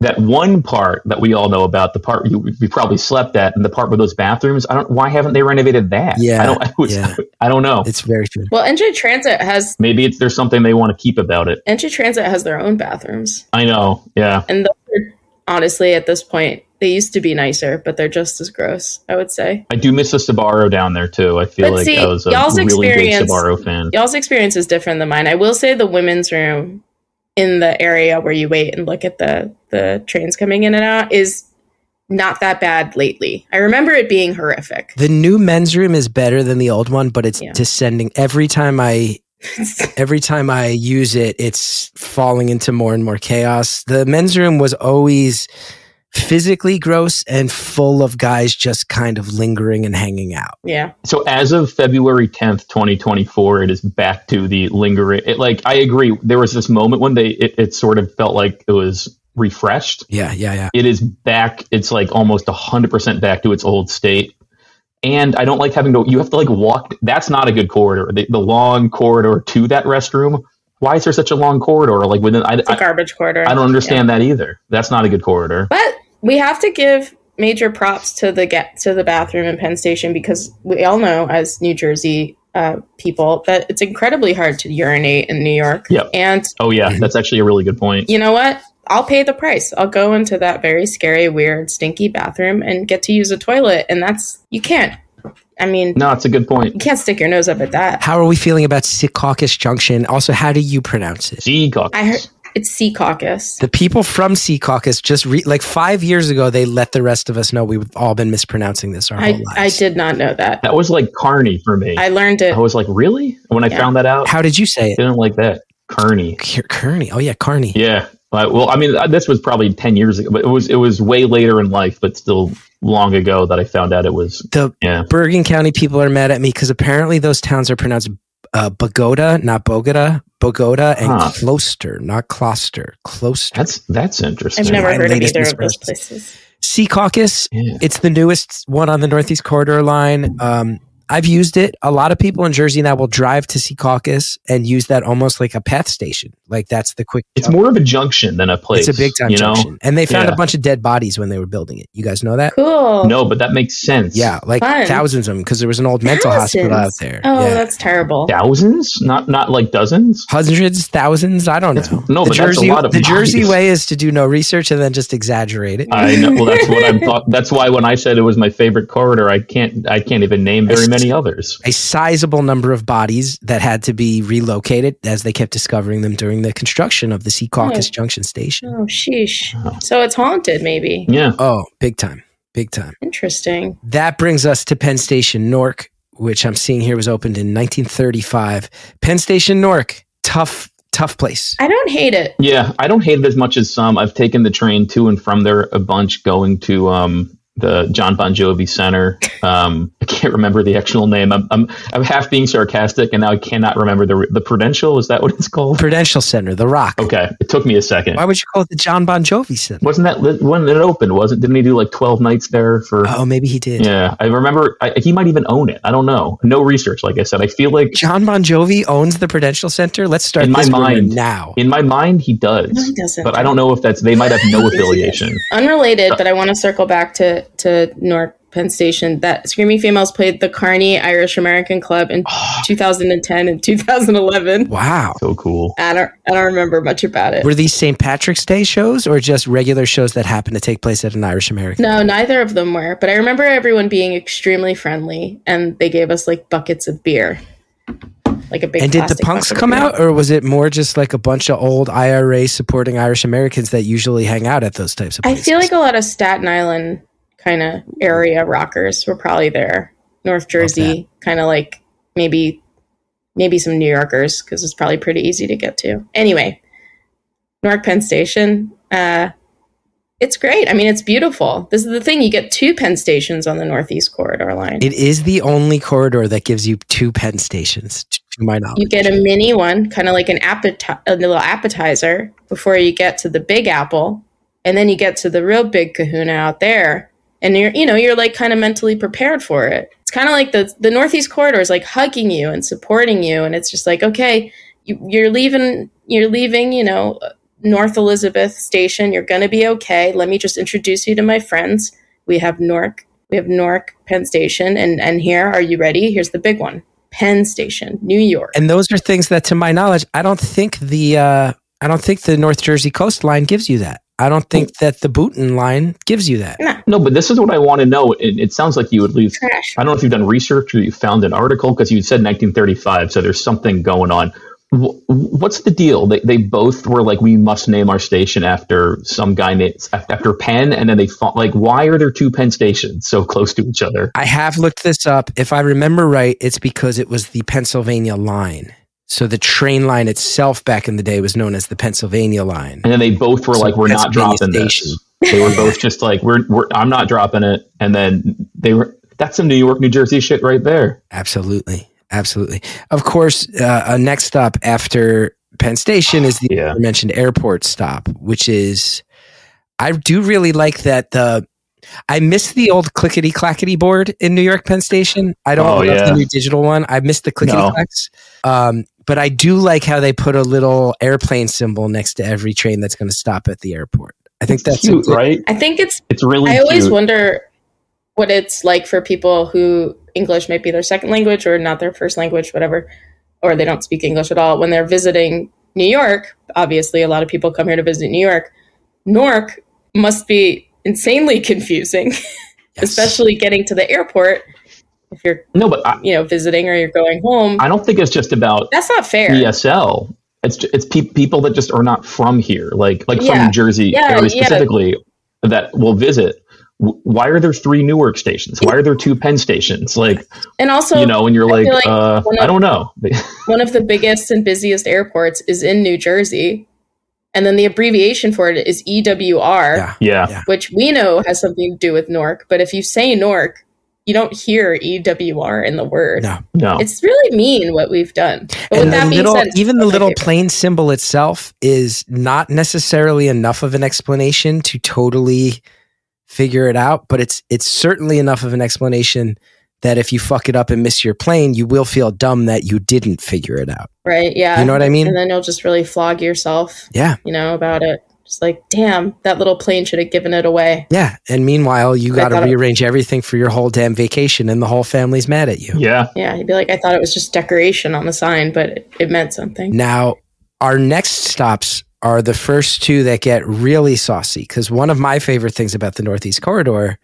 Speaker 3: that one part that we all know about, the part you, you probably slept at, and the part with those bathrooms. I don't. Why haven't they renovated that?
Speaker 2: Yeah,
Speaker 3: I don't. I, was-
Speaker 2: yeah.
Speaker 3: I don't know.
Speaker 2: It's very true.
Speaker 4: Well, NJ Transit has
Speaker 3: Maybe it's there's something they want to keep about it.
Speaker 4: NJ Transit has their own bathrooms.
Speaker 3: I know. Yeah.
Speaker 4: And those are, honestly, at this point, they used to be nicer, but they're just as gross, I would say.
Speaker 3: I do miss the Sbarro down there too. I feel
Speaker 4: But
Speaker 3: like
Speaker 4: see,
Speaker 3: I was a
Speaker 4: y'all's
Speaker 3: really big
Speaker 4: experience-
Speaker 3: Sbarro fan.
Speaker 4: Y'all's experience is different than mine. I will say the women's room in the area where you wait and look at the, the trains coming in and out is not that bad lately. I remember it being horrific.
Speaker 2: The new men's room is better than the old one, but it's
Speaker 4: Yeah.
Speaker 2: descending every time I every time I use it, it's falling into more and more chaos. The men's room was always physically gross and full of guys just kind of lingering and hanging out.
Speaker 4: yeah.
Speaker 3: So as of February 10th, 2024, it is back to the lingering. It, like I agree, there was this moment when they it, it sort of felt like it was refreshed.
Speaker 2: Yeah, yeah, yeah.
Speaker 3: It is back. It's like almost 100% back to its old state. And I don't like having to. You have to like walk. That's not a good corridor. The, the long corridor to that restroom. Why is there such a long corridor? Like within, I,
Speaker 4: It's a
Speaker 3: I,
Speaker 4: garbage corridor.
Speaker 3: I don't
Speaker 4: Yeah.
Speaker 3: understand that either. That's not a good corridor.
Speaker 4: But we have to give major props to the get to the bathroom in Penn Station because we all know as New Jersey uh, people that it's incredibly hard to urinate in New York.
Speaker 3: Yep.
Speaker 4: And
Speaker 3: Oh
Speaker 2: Mm-hmm.
Speaker 3: yeah, that's actually a really good point.
Speaker 4: you know what? I'll pay the price. I'll go into that very scary, weird, stinky bathroom and get to use a toilet. And that's you can't. I mean,
Speaker 3: No, it's a good point.
Speaker 4: you can't stick your nose up at that.
Speaker 2: How are we feeling about Secaucus Junction? Also, how do you pronounce it?
Speaker 3: Gee, caucus.
Speaker 4: I heard it's Sea Caucus.
Speaker 2: The people from Secaucus just re- like five years ago, they let the rest of us know we've all been mispronouncing this our
Speaker 4: I
Speaker 2: whole lives.
Speaker 4: I did not know that.
Speaker 3: that was like Carney for me.
Speaker 4: I learned it.
Speaker 3: I was like, really? When I
Speaker 4: Yeah.
Speaker 3: found that out,
Speaker 2: How did you say
Speaker 3: I
Speaker 2: it?
Speaker 3: didn't like that. Kearney.
Speaker 2: Kear- Kearney. Oh yeah, Kearney.
Speaker 3: Yeah. Uh, well, I mean, uh, this was probably ten years ago, but it was it was way later in life, but still long ago that I found out it was.
Speaker 2: The
Speaker 3: Yeah.
Speaker 2: Bergen County people are mad at me because apparently those towns are pronounced uh, Bogota, not Bogota, Bogota, and
Speaker 3: Huh.
Speaker 2: Closter, not Closter, Closter.
Speaker 3: That's that's interesting.
Speaker 4: I've never
Speaker 2: my
Speaker 4: heard of
Speaker 2: latest
Speaker 4: either of those
Speaker 2: misperception.
Speaker 4: places.
Speaker 2: Secaucus.
Speaker 3: Yeah.
Speaker 2: It's the newest one on the Northeast Corridor line. Um, I've used it. A lot of people in Jersey now will drive to Secaucus and use that almost like a path station. Like that's the quick.
Speaker 3: It's more of a junction than a place.
Speaker 2: It's a big time
Speaker 3: you know?
Speaker 2: junction. And they found
Speaker 3: Yeah.
Speaker 2: a bunch of dead bodies when they were building it. You guys know that?
Speaker 4: Cool.
Speaker 3: No, but that makes sense.
Speaker 2: Yeah, like
Speaker 4: Fun.
Speaker 2: thousands of them because there was an old mental hospital out
Speaker 4: Thousands?
Speaker 2: there.
Speaker 4: Oh,
Speaker 2: yeah.
Speaker 4: that's terrible.
Speaker 3: Thousands, not not like dozens.
Speaker 2: Hundreds, thousands, I don't know.
Speaker 3: That's- no,
Speaker 2: the
Speaker 3: but that's a
Speaker 2: Jersey,
Speaker 3: lot of
Speaker 2: the Jersey
Speaker 3: bodies.
Speaker 2: way is to do no research and then just exaggerate it.
Speaker 3: I know. Well, that's what I thought. That's why when I said it was my favorite corridor, I can't I can't even name
Speaker 2: I
Speaker 3: very
Speaker 2: still
Speaker 3: many others.
Speaker 2: a sizable number of bodies that had to be relocated as they kept discovering them during the construction of the Sea Caucus
Speaker 4: Oh.
Speaker 2: Junction Station.
Speaker 4: Oh, sheesh.
Speaker 2: Uh-huh.
Speaker 3: Wow.
Speaker 4: So it's haunted, maybe.
Speaker 3: Yeah.
Speaker 2: Oh, big time. Big time.
Speaker 4: Interesting.
Speaker 2: That brings us to Penn Station Newark, which I'm seeing here was opened in 1935. Penn Station Newark, tough, tough place.
Speaker 4: I don't hate it.
Speaker 3: Yeah, I don't hate it as much as some. I've taken the train to and from there a bunch, going to um, the John Bon Jovi Center. Um, I can't remember the actual name. I'm, I'm I'm half being sarcastic, and now I cannot remember the the Prudential. Is that what it's called?
Speaker 2: Prudential Center, The Rock.
Speaker 3: Okay, it took me a second.
Speaker 2: Why would you call it the John Bon Jovi Center?
Speaker 3: Wasn't that li- when it opened? Wasn't didn't he do like twelve nights there for?
Speaker 2: Oh, maybe he did.
Speaker 3: Yeah, I remember. I, he might even own it. I don't know. No research, like I said. I feel like
Speaker 2: John Bon Jovi owns the Prudential Center. Let's start
Speaker 3: In my
Speaker 2: this rumor
Speaker 3: mind.
Speaker 2: now.
Speaker 3: in my mind he
Speaker 4: No, he
Speaker 3: does,
Speaker 4: doesn't.
Speaker 3: but I don't know if that's they might have no affiliation.
Speaker 4: Unrelated, but I want to circle back to to Newark Penn Station. That Screaming Females played the Carney Irish American Club in
Speaker 2: Ah.
Speaker 4: 2010 and 2011.
Speaker 2: Wow.
Speaker 3: So cool.
Speaker 4: I don't I don't remember much about it.
Speaker 2: Were these St. Patrick's Day shows or just regular shows that happened to take place at an Irish American?
Speaker 4: No, neither of them were. But I remember everyone being extremely friendly, and they gave us like buckets of beer, like a big.
Speaker 2: And did the
Speaker 4: plastic
Speaker 2: punks
Speaker 4: bucket of
Speaker 2: come
Speaker 4: beer.
Speaker 2: out, or was it more just like a bunch of old IRA supporting Irish Americans that usually hang out at those types of
Speaker 4: I
Speaker 2: places?
Speaker 4: feel like a lot of Staten Island kind of area rockers were probably there. North Jersey, kind of like maybe, maybe some New Yorkers because it's probably pretty easy to get to. Anyway, Newark Penn Station. Uh, it's great. I mean, it's beautiful. This is the thing. You get two Penn Stations on the Northeast Corridor line.
Speaker 2: it is the only corridor that gives you two Penn stations, t- to my knowledge.
Speaker 4: you get a mini one, kind of like an appeti- a little appetizer before you get to the Big Apple, and then you get to the real Big Kahuna out there, and you're you know you're like kind of mentally prepared for it. It's kind of like the the Northeast Corridor is like hugging you and supporting you, and it's just like okay, you, you're leaving you're leaving you know North Elizabeth Station. You're gonna be okay. Let me just introduce you to my friends. We have Newark. We have Newark Penn Station, and and here are you ready? Here's the big one. Penn Station, New York.
Speaker 2: and those are things that, to my knowledge, I don't think the uh, I don't think the North Jersey coastline gives you that. I don't think that the Booton line gives you that.
Speaker 3: No, but this is what I want to know. It, it sounds like you at least
Speaker 4: trash.
Speaker 3: I don't know if you've done research or you found an article because you said 1935, so there's something going on. Wh- What's the deal? They, they both were like, we must name our station after some guy named af- after Penn, and then they fought. Like, why are there two Penn stations so close to each other?
Speaker 2: I have looked this up. If I remember right, it's because it was the Pennsylvania line. So the train line itself back in the day was known as the Pennsylvania line.
Speaker 3: And then they both were
Speaker 2: So
Speaker 3: like, we're not
Speaker 2: Pennsylvania
Speaker 3: dropping
Speaker 2: station.
Speaker 3: this. They were both just like, we're, we're I'm not dropping it. And then they were. That's some New York, New Jersey shit right there.
Speaker 2: Absolutely. Absolutely. Of course, uh, uh, next up after Penn Station is the
Speaker 3: Yeah.
Speaker 2: mentioned airport stop, which is, I do really like that the. I miss the old clickety clackety board in New York Penn Station. I don't
Speaker 3: Oh,
Speaker 2: love
Speaker 3: yeah.
Speaker 2: the new digital one. I miss the clickety clacks. Um, but I do like how they put a little airplane symbol next to every train that's going to stop at the airport. I think that's a
Speaker 3: cute,
Speaker 2: good-
Speaker 3: right?
Speaker 4: I think it's.
Speaker 3: It's really.
Speaker 4: I always
Speaker 3: cute.
Speaker 4: wonder what it's like for people who English might be their second language or not their first language, whatever, or they don't speak English at all when they're visiting New York. Obviously, a lot of people come here to visit New York. Newark must be insanely confusing,
Speaker 2: Yes.
Speaker 4: especially getting to the airport if you're
Speaker 3: No, but I,
Speaker 4: you know visiting or you're going home.
Speaker 3: I don't think it's just about
Speaker 4: That's not fair.
Speaker 3: ESL. It's ju- it's pe- people that just are not from here, like like from
Speaker 4: Yeah.
Speaker 3: New Jersey
Speaker 4: Yeah,
Speaker 3: area
Speaker 4: yeah.
Speaker 3: specifically, that will visit. W- Why are there three Newark stations? Why are there two Penn stations? Like
Speaker 4: And also,
Speaker 3: you know, and you're
Speaker 4: I
Speaker 3: like,
Speaker 4: feel like
Speaker 3: uh,
Speaker 4: one
Speaker 3: I
Speaker 4: of-
Speaker 3: don't know.
Speaker 4: one of the biggest and busiest airports is in New Jersey. And then the abbreviation for it is EWR,
Speaker 2: Yeah.
Speaker 3: yeah,
Speaker 2: Yeah.
Speaker 4: which we know has something to do with Newark. But if you say Newark, you don't hear EWR in the word.
Speaker 2: No.
Speaker 3: no,
Speaker 4: It's really mean what we've done. But with
Speaker 2: and
Speaker 4: that
Speaker 2: the
Speaker 4: being
Speaker 2: little,
Speaker 4: said, it's
Speaker 2: even
Speaker 4: still
Speaker 2: the
Speaker 4: my
Speaker 2: little
Speaker 4: favorite.
Speaker 2: plane symbol itself is not necessarily enough of an explanation to totally figure it out, but it's it's certainly enough of an explanation that if you fuck it up and miss your plane, you will feel dumb that you didn't figure it out.
Speaker 4: right? Yeah.
Speaker 2: You know what I mean?
Speaker 4: and then you'll just really flog yourself,
Speaker 2: Yeah,
Speaker 4: you know, about it. Just like, damn, that little plane should have given it away.
Speaker 2: yeah. And meanwhile, you
Speaker 4: I
Speaker 2: got to
Speaker 4: thought it-
Speaker 2: rearrange everything for your whole damn vacation, and the whole family's mad at you.
Speaker 3: yeah.
Speaker 4: Yeah, you'd be like, I thought it was just decoration on the sign, but it, it meant something.
Speaker 2: Now, our next stops are the first two that get really saucy because one of my favorite things about the Northeast Corridor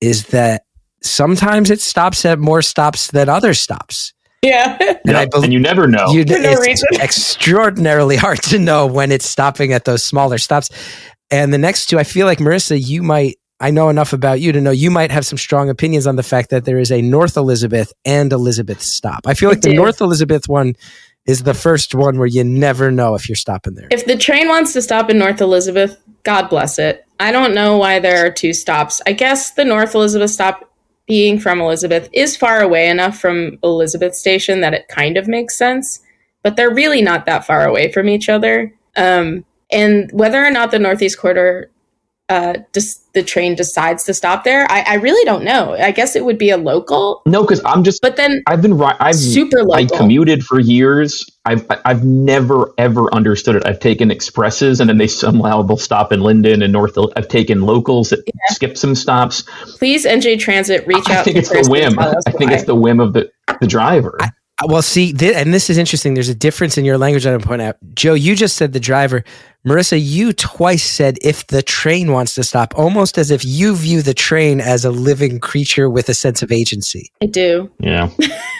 Speaker 2: is that sometimes it stops at more stops than other stops.
Speaker 4: Yeah.
Speaker 2: And I
Speaker 3: Yep,
Speaker 2: bel-
Speaker 3: and you never know.
Speaker 2: You,
Speaker 4: For no
Speaker 2: it's
Speaker 4: reason.
Speaker 2: extraordinarily hard to know when it's stopping at those smaller stops. And the next two, I feel like Marissa, you might. I know enough about you to know you might have some strong opinions on the fact that there is a North Elizabeth and Elizabeth stop. I feel
Speaker 4: I
Speaker 2: like the
Speaker 4: do.
Speaker 2: North Elizabeth one is the first one where you never know if you're stopping there.
Speaker 4: if the train wants to stop in North Elizabeth, God bless it. I don't know why there are two stops. I guess the North Elizabeth stop being from Elizabeth is far away enough from Elizabeth station that it kind of makes sense, but they're really not that far away from each other. Um, and whether or not the Northeast Corridor uh, just the train decides to stop there, I, I really don't know. I guess it would be a local,
Speaker 3: no, because I'm just.
Speaker 4: but then
Speaker 3: I've been. ri- I've
Speaker 4: super
Speaker 3: I
Speaker 4: local.
Speaker 3: commuted for years. I've I- I've never ever understood it. I've taken expresses, and then they somehow will stop in Linden and North. I've taken locals that skip some stops.
Speaker 4: Please, NJ Transit, reach
Speaker 3: I
Speaker 4: out.
Speaker 3: think
Speaker 4: to
Speaker 3: it's the
Speaker 4: Chris and
Speaker 3: whim.
Speaker 4: tell us
Speaker 3: I think
Speaker 4: why.
Speaker 3: it's the whim of the the driver.
Speaker 2: Uh, Well, see, thi- and this is interesting. There's a difference in your language. I want to point out, Joe. You just said the driver, Marissa. You twice said if the train wants to stop, almost as if you view the train as a living creature with a sense of agency.
Speaker 4: I do.
Speaker 3: yeah,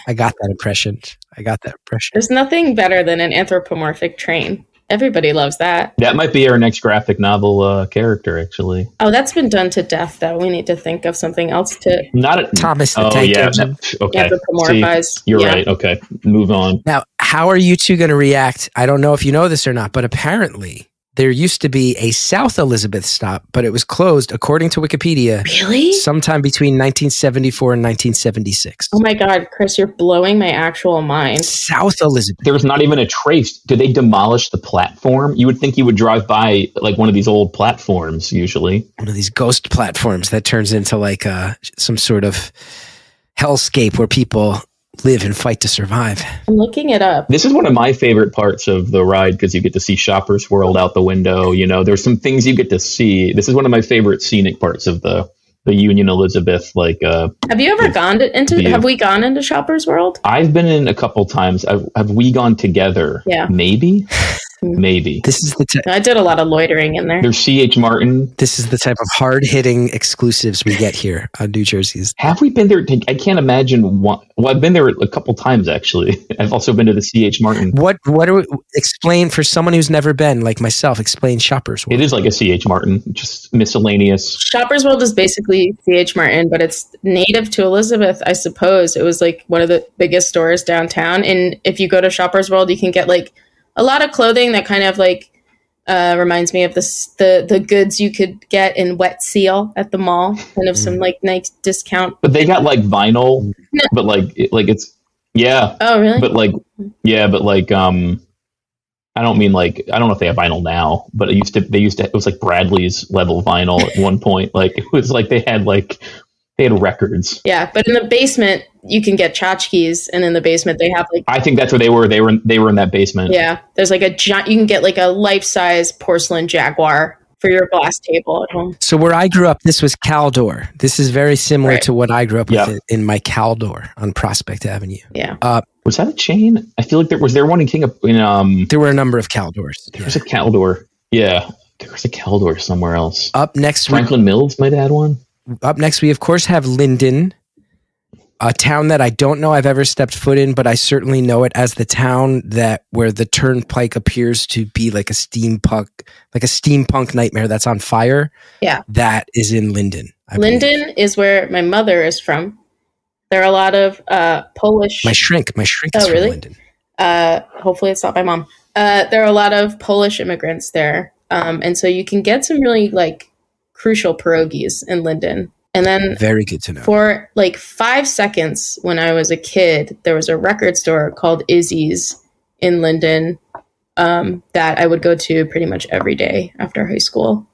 Speaker 2: I got that impression. I got that impression.
Speaker 4: There's nothing better than an anthropomorphic train. Everybody loves that.
Speaker 3: that might be our next graphic novel uh, character. Actually,
Speaker 4: Oh, that's been done to death, though. We need to think of something else to
Speaker 3: not a,
Speaker 2: Thomas the
Speaker 3: Oh
Speaker 2: Tank
Speaker 3: yeah,
Speaker 2: Engine.
Speaker 3: that- okay. See,
Speaker 4: anthropomorphize.
Speaker 3: you're
Speaker 4: Yeah.
Speaker 3: right. Okay, move on.
Speaker 2: Now, how are you two going to react? I don't know if you know this or not, but apparently there used to be a South Elizabeth stop, but it was closed, according to Wikipedia,
Speaker 4: Really?
Speaker 2: sometime between 1974 and 1976.
Speaker 4: Oh my God, Chris, you're blowing my actual mind.
Speaker 2: South Elizabeth.
Speaker 3: There's not even a trace. Did they demolish the platform? You would think you would drive by like one of these old platforms usually.
Speaker 2: one of these ghost platforms that turns into like uh, some sort of hellscape where people live and fight to survive.
Speaker 4: I'm looking it up.
Speaker 3: This is one of my favorite parts of the ride because you get to see Shoppers World out the window. You know, there's some things you get to see. This is one of my favorite scenic parts of the the Union Elizabeth. Like, uh,
Speaker 4: Have you ever
Speaker 3: Yeah.
Speaker 4: gone to, into?
Speaker 3: Yeah.
Speaker 4: Have we gone into Shoppers World?
Speaker 3: I've been in a couple times. I've, have we gone together?
Speaker 4: Yeah.
Speaker 3: maybe,
Speaker 4: Hmm.
Speaker 3: maybe.
Speaker 2: This is the t-
Speaker 4: I did a lot of loitering in there.
Speaker 3: There's C.H. Martin.
Speaker 2: this is the type of hard hitting exclusives we get here on New Jersey's.
Speaker 3: Have we been there? to- I can't imagine. One, well, I've been there a couple times actually. I've also been to the C.H. Martin.
Speaker 2: What what are we, explain for someone who's never been like myself? Explain shoppers.
Speaker 3: It
Speaker 2: World.
Speaker 3: is like a C.H. Martin, just miscellaneous.
Speaker 4: Shoppers World is basically C.H. Martin, but it's native to Elizabeth, I suppose. It was like one of the biggest stores downtown. And if you go to Shoppers World, you can get like a lot of clothing that kind of like uh, reminds me of the, s- the the goods you could get in Wet Seal at the mall, kind of some like nice discount.
Speaker 3: But they got like vinyl, but like it, like it's yeah.
Speaker 4: Oh, really?
Speaker 3: but like yeah but like um i don't mean like i don't know if they have vinyl now but it used to they used to it was like bradley's level vinyl at one point like it was like they had like they had records
Speaker 4: yeah, but in the basement you can get tchotchkes, and in the basement they have like
Speaker 3: i think that's where they were they were in, they were in that basement
Speaker 4: yeah, there's like a giant. You can get like a life size porcelain jaguar for your glass table at home.
Speaker 2: So where I grew up, this was Caldor. This is very similar
Speaker 4: Right.
Speaker 2: to what I grew up
Speaker 3: Yeah.
Speaker 2: with in my Caldor on Prospect Avenue.
Speaker 4: Yeah.
Speaker 3: was that a chain i feel like there was there one in king of in um
Speaker 2: There were a number of Caldors.
Speaker 3: there's a caldor yeah there was a caldor somewhere else
Speaker 2: Up next week,
Speaker 3: franklin mills might have had one
Speaker 2: up next, we of course have Linden, a town that I don't know I've ever stepped foot in, but I certainly know it as the town that where the turnpike appears to be like a steampunk, like a steampunk nightmare that's on fire.
Speaker 4: Yeah.
Speaker 2: that is in Linden. I believe.
Speaker 4: Linden is where my mother is from. There are a lot of uh, Polish.
Speaker 2: My shrink, my shrink is
Speaker 4: Oh,
Speaker 2: from
Speaker 4: really?
Speaker 2: Linden.
Speaker 4: Uh, hopefully, it's not my mom. Uh, there are a lot of Polish immigrants there, um, and so you can get some really like crucial pierogies in Linden. And then
Speaker 2: Very good to know.
Speaker 4: for like five seconds when I was a kid, there was a record store called Izzy's in Linden um, that I would go to pretty much every day after high school.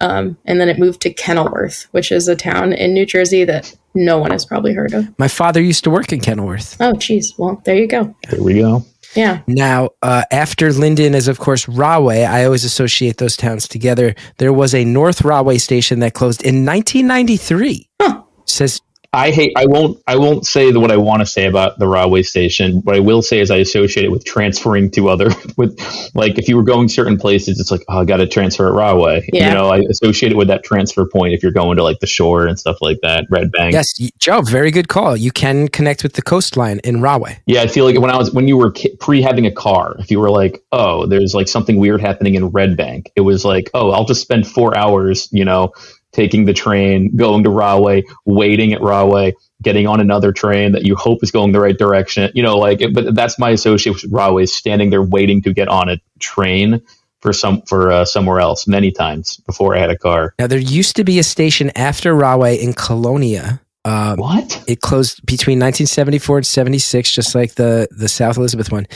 Speaker 4: Um, and then it moved to Kenilworth, which is a town in New Jersey that no one has probably heard of.
Speaker 2: my father used to work in Kenilworth.
Speaker 4: Oh, geez. Well, there you go.
Speaker 3: there we go
Speaker 4: Yeah.
Speaker 2: Now, uh, after Linden is, of course, Rahway. I always associate those towns together. There was a North Rahway station that closed in 1993.
Speaker 4: Huh.
Speaker 2: Says
Speaker 3: I hate. I won't. I won't say the, what I want to say about the Rahway station. What I will say is I associate it with transferring to other with like if you were going certain places, it's like oh, I got to transfer at Rahway.
Speaker 4: Yeah.
Speaker 3: You know, I associate it with that transfer point if you're going to like the shore and stuff like that, Red Bank.
Speaker 2: Yes, y- Joe, very good call. You can connect with the coastline in Rahway.
Speaker 3: Yeah, I feel like when I was when you were ki- pre having a car, if you were like, oh, there's like something weird happening in Red Bank, it was like, oh, I'll just spend four hours, you know, taking the train, going to Rahway, waiting at Rahway, getting on another train that you hope is going the right direction, you know, like. It, but that's my association with Rahway, is standing there waiting to get on a train for some for uh, somewhere else many times before I had a car.
Speaker 2: Now, there used to be a station after Rahway in Colonia. Um,
Speaker 3: What?
Speaker 2: it closed between 1974 and 76 just like the the south elizabeth one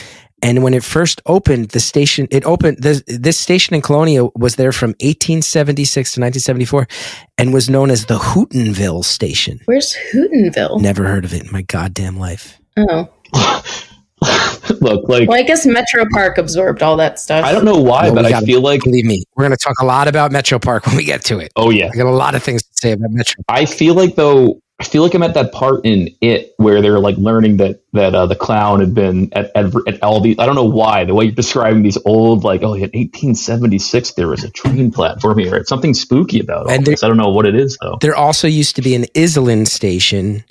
Speaker 2: and when it first opened the station it opened this, this station in colonia was there from 1876 to 1974 and was known as the hootenville station
Speaker 4: Where's Hootenville?
Speaker 2: never heard of it in my goddamn life
Speaker 4: Oh,
Speaker 3: Look, like
Speaker 4: well, I guess Metro Park absorbed all that stuff.
Speaker 3: I don't know why,
Speaker 2: Well, we
Speaker 3: but I
Speaker 2: gotta-
Speaker 3: feel like.
Speaker 2: believe me we're going to talk a lot about metro park when we get to it
Speaker 3: Oh yeah,
Speaker 2: i got a lot of things to say about metro
Speaker 3: I feel like though I feel like I'm at that part in it where they're like learning that that uh, the clown had been at, at at all these. I don't know why the way you're describing these old like oh in 1876 there was a train platform here. It's something spooky about all
Speaker 2: And
Speaker 3: this. I don't know what it is though.
Speaker 2: there also used to be an Islin station,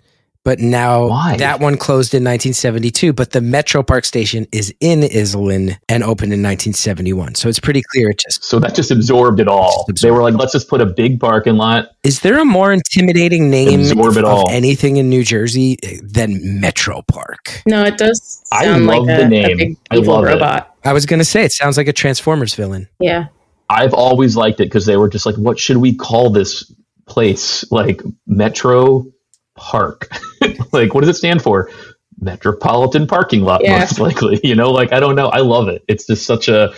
Speaker 2: but now
Speaker 3: Why?
Speaker 2: that one closed in 1972. But the Metro Park station is in Islin and opened in 1971. So it's pretty clear. It just
Speaker 3: So that just absorbed it all.
Speaker 2: Just absorbed.
Speaker 3: They were like, let's just put a big parking lot.
Speaker 2: is there a more intimidating name
Speaker 3: Absorb it
Speaker 2: of
Speaker 3: all.
Speaker 2: anything in New Jersey eh, than Metro Park?
Speaker 4: No, it does
Speaker 3: I
Speaker 4: sound
Speaker 3: love
Speaker 4: like
Speaker 3: the
Speaker 4: a, a
Speaker 3: name.
Speaker 4: big
Speaker 3: I
Speaker 4: evil
Speaker 3: love it.
Speaker 4: robot.
Speaker 2: I was gonna say it sounds like a Transformers villain.
Speaker 4: Yeah.
Speaker 3: I've always liked it because they were just like, what should we call this place? Like Metro Park. like, what does it stand for? Metropolitan parking lot,
Speaker 4: Yeah.
Speaker 3: most likely. You know, like I don't know. I love it. It's just such a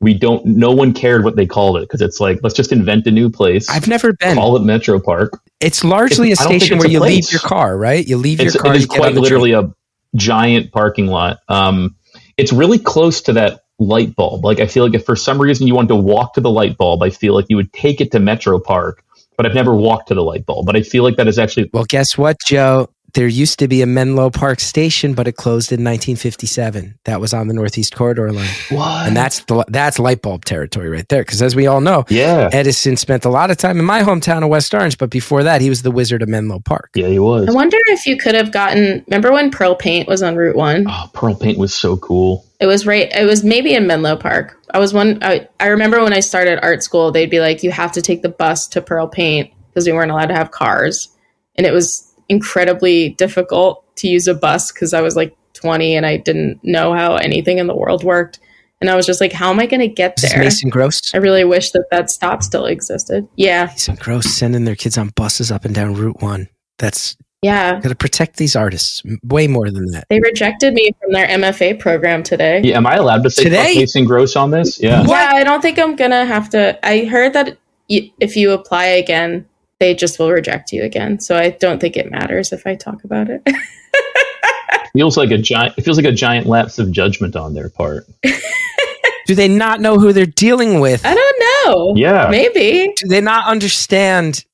Speaker 3: we don't. No one cared what they called it because it's like let's just invent a new place.
Speaker 2: I've never been.
Speaker 3: call it Metro Park.
Speaker 2: It's largely
Speaker 3: It's-
Speaker 2: a
Speaker 3: I don't think
Speaker 2: station
Speaker 3: it's
Speaker 2: where
Speaker 3: a
Speaker 2: you leave
Speaker 3: place.
Speaker 2: your car, right? You leave
Speaker 3: It's,
Speaker 2: your car.
Speaker 3: it is
Speaker 2: you get on
Speaker 3: quite
Speaker 2: the train.
Speaker 3: literally a giant parking lot. Um, it's really close to that light bulb. Like I feel like if for some reason you wanted to walk to the light bulb, I feel like you would take it to Metro Park. But I've never walked to the light bulb. But I feel like that is actually
Speaker 2: Well, guess what, Joe? There used to be a Menlo Park station, but it closed in 1957. That was on the Northeast Corridor line,
Speaker 3: what?
Speaker 2: and that's the, that's light bulb territory right there. Because as we all know,
Speaker 3: yeah,
Speaker 2: Edison spent a lot of time in my hometown of West Orange, but before that, he was the Wizard of Menlo Park.
Speaker 3: yeah, he was.
Speaker 4: I wonder if you could have gotten. Remember when Pearl Paint was on Route One?
Speaker 3: Oh, Pearl Paint was so cool.
Speaker 4: It was right. It was maybe in Menlo Park. I was one. I, I remember when I started art school, they'd be like, "You have to take the bus to Pearl Paint because we weren't allowed to have cars," and it was incredibly difficult to use a bus because I was like 20 and I didn't know how anything in the world worked, and I was just like, "How am I going to get
Speaker 2: Is this
Speaker 4: there?"
Speaker 2: Mason Gross?
Speaker 4: I really wish that that stop still existed. Yeah,
Speaker 2: Mason Gross sending their kids on buses up and down Route One. That's
Speaker 4: yeah.
Speaker 2: got to protect these artists m- way more than that.
Speaker 4: They rejected me from their MFA program today.
Speaker 3: Yeah, am I allowed to say
Speaker 2: Today?
Speaker 3: fuck Mason Gross on this? Yeah,
Speaker 4: Yeah, I don't think I'm gonna have to. I heard that y- if you apply again, they just will reject you again. So I don't think it matters if I talk about it.
Speaker 3: feels like a giant. It feels like a giant lapse of judgment on their part.
Speaker 2: Do they not know who they're dealing with?
Speaker 4: I don't know.
Speaker 3: Yeah.
Speaker 4: maybe.
Speaker 2: Do they not understand?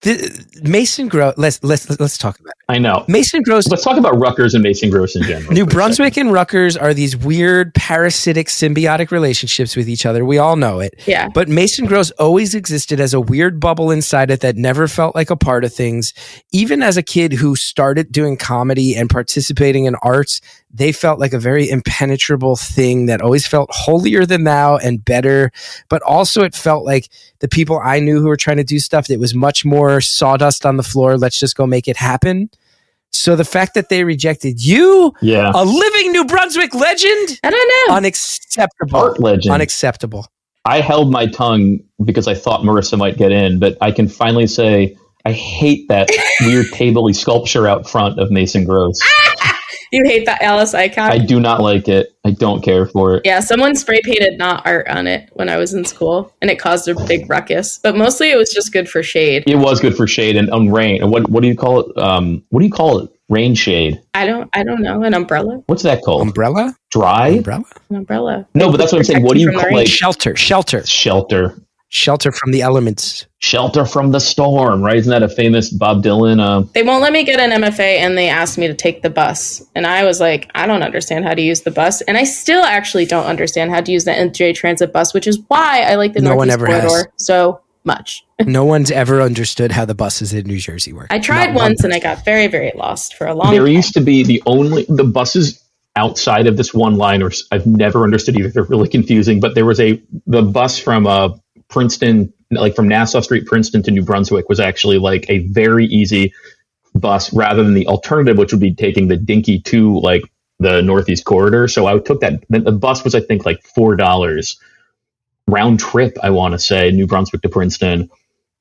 Speaker 2: The, Mason Gross. Let's let's let's talk about
Speaker 3: I know.
Speaker 2: it. Mason Gross
Speaker 3: Let's talk about Rutgers and Mason Gross in general.
Speaker 2: New
Speaker 3: for a second.
Speaker 2: Brunswick and Rutgers are these weird parasitic symbiotic relationships with each other. We all know it.
Speaker 4: Yeah,
Speaker 2: But Mason Gross always existed as a weird bubble inside it that never felt like a part of things. Even as a kid who started doing comedy and participating in arts, they felt like a very impenetrable thing that always felt holier than thou and better. But also, it felt like the people I knew who were trying to do stuff that was much more sawdust on the floor. Let's just go make it happen. So the fact that they rejected you
Speaker 3: Yeah,
Speaker 2: a living New Brunswick legend?
Speaker 4: I don't know.
Speaker 2: Unacceptable.
Speaker 3: art legend.
Speaker 2: Unacceptable.
Speaker 3: I held my tongue because I thought Marissa might get in, but I can finally say I hate that weird tably sculpture out front of Mason Gross.
Speaker 4: Ah. you hate that Alice icon.
Speaker 3: I do not like it. I don't care for it.
Speaker 4: yeah, someone spray painted not art on it when I was in school, and it caused a big ruckus. But mostly, it was just good for shade.
Speaker 3: It was good for shade and on rain. And what what do you call it? Um, what do you call it? Rain shade.
Speaker 4: I don't. I don't know. An umbrella.
Speaker 3: What's that
Speaker 2: Um,
Speaker 3: called?
Speaker 2: Umbrella?
Speaker 3: Dry?
Speaker 2: Umbrella?
Speaker 4: An umbrella.
Speaker 3: No, but that's what I'm saying. What do you
Speaker 4: Protect
Speaker 3: call
Speaker 4: you from the
Speaker 3: like
Speaker 2: Shelter. Shelter.
Speaker 3: shelter?
Speaker 2: Shelter from the elements.
Speaker 3: Shelter from the Storm, right? Isn't that a famous Bob Dylan? Uh,
Speaker 4: They won't let me get an MFA and they asked me to take the bus. And I was like, I don't understand how to use the bus. And I still actually don't understand how to use the NJ Transit bus, which is why I like the
Speaker 2: No one
Speaker 4: Northeast
Speaker 2: ever
Speaker 4: Corridor
Speaker 2: has.
Speaker 4: so much.
Speaker 2: No one's ever understood how the buses in New Jersey work.
Speaker 4: I tried
Speaker 2: Not one
Speaker 4: once and I got very, very lost for a long
Speaker 3: there
Speaker 4: time.
Speaker 3: used to be the only the buses outside of this one line, or I've never understood either. They're really confusing. But there was a the bus from uh, Princeton, like from Nassau Street, Princeton to New Brunswick, was actually like a very easy bus rather than the alternative, which would be taking the Dinky to like the Northeast Corridor. So I took that. The the bus was I think like four dollars round trip. I want to say New Brunswick to Princeton,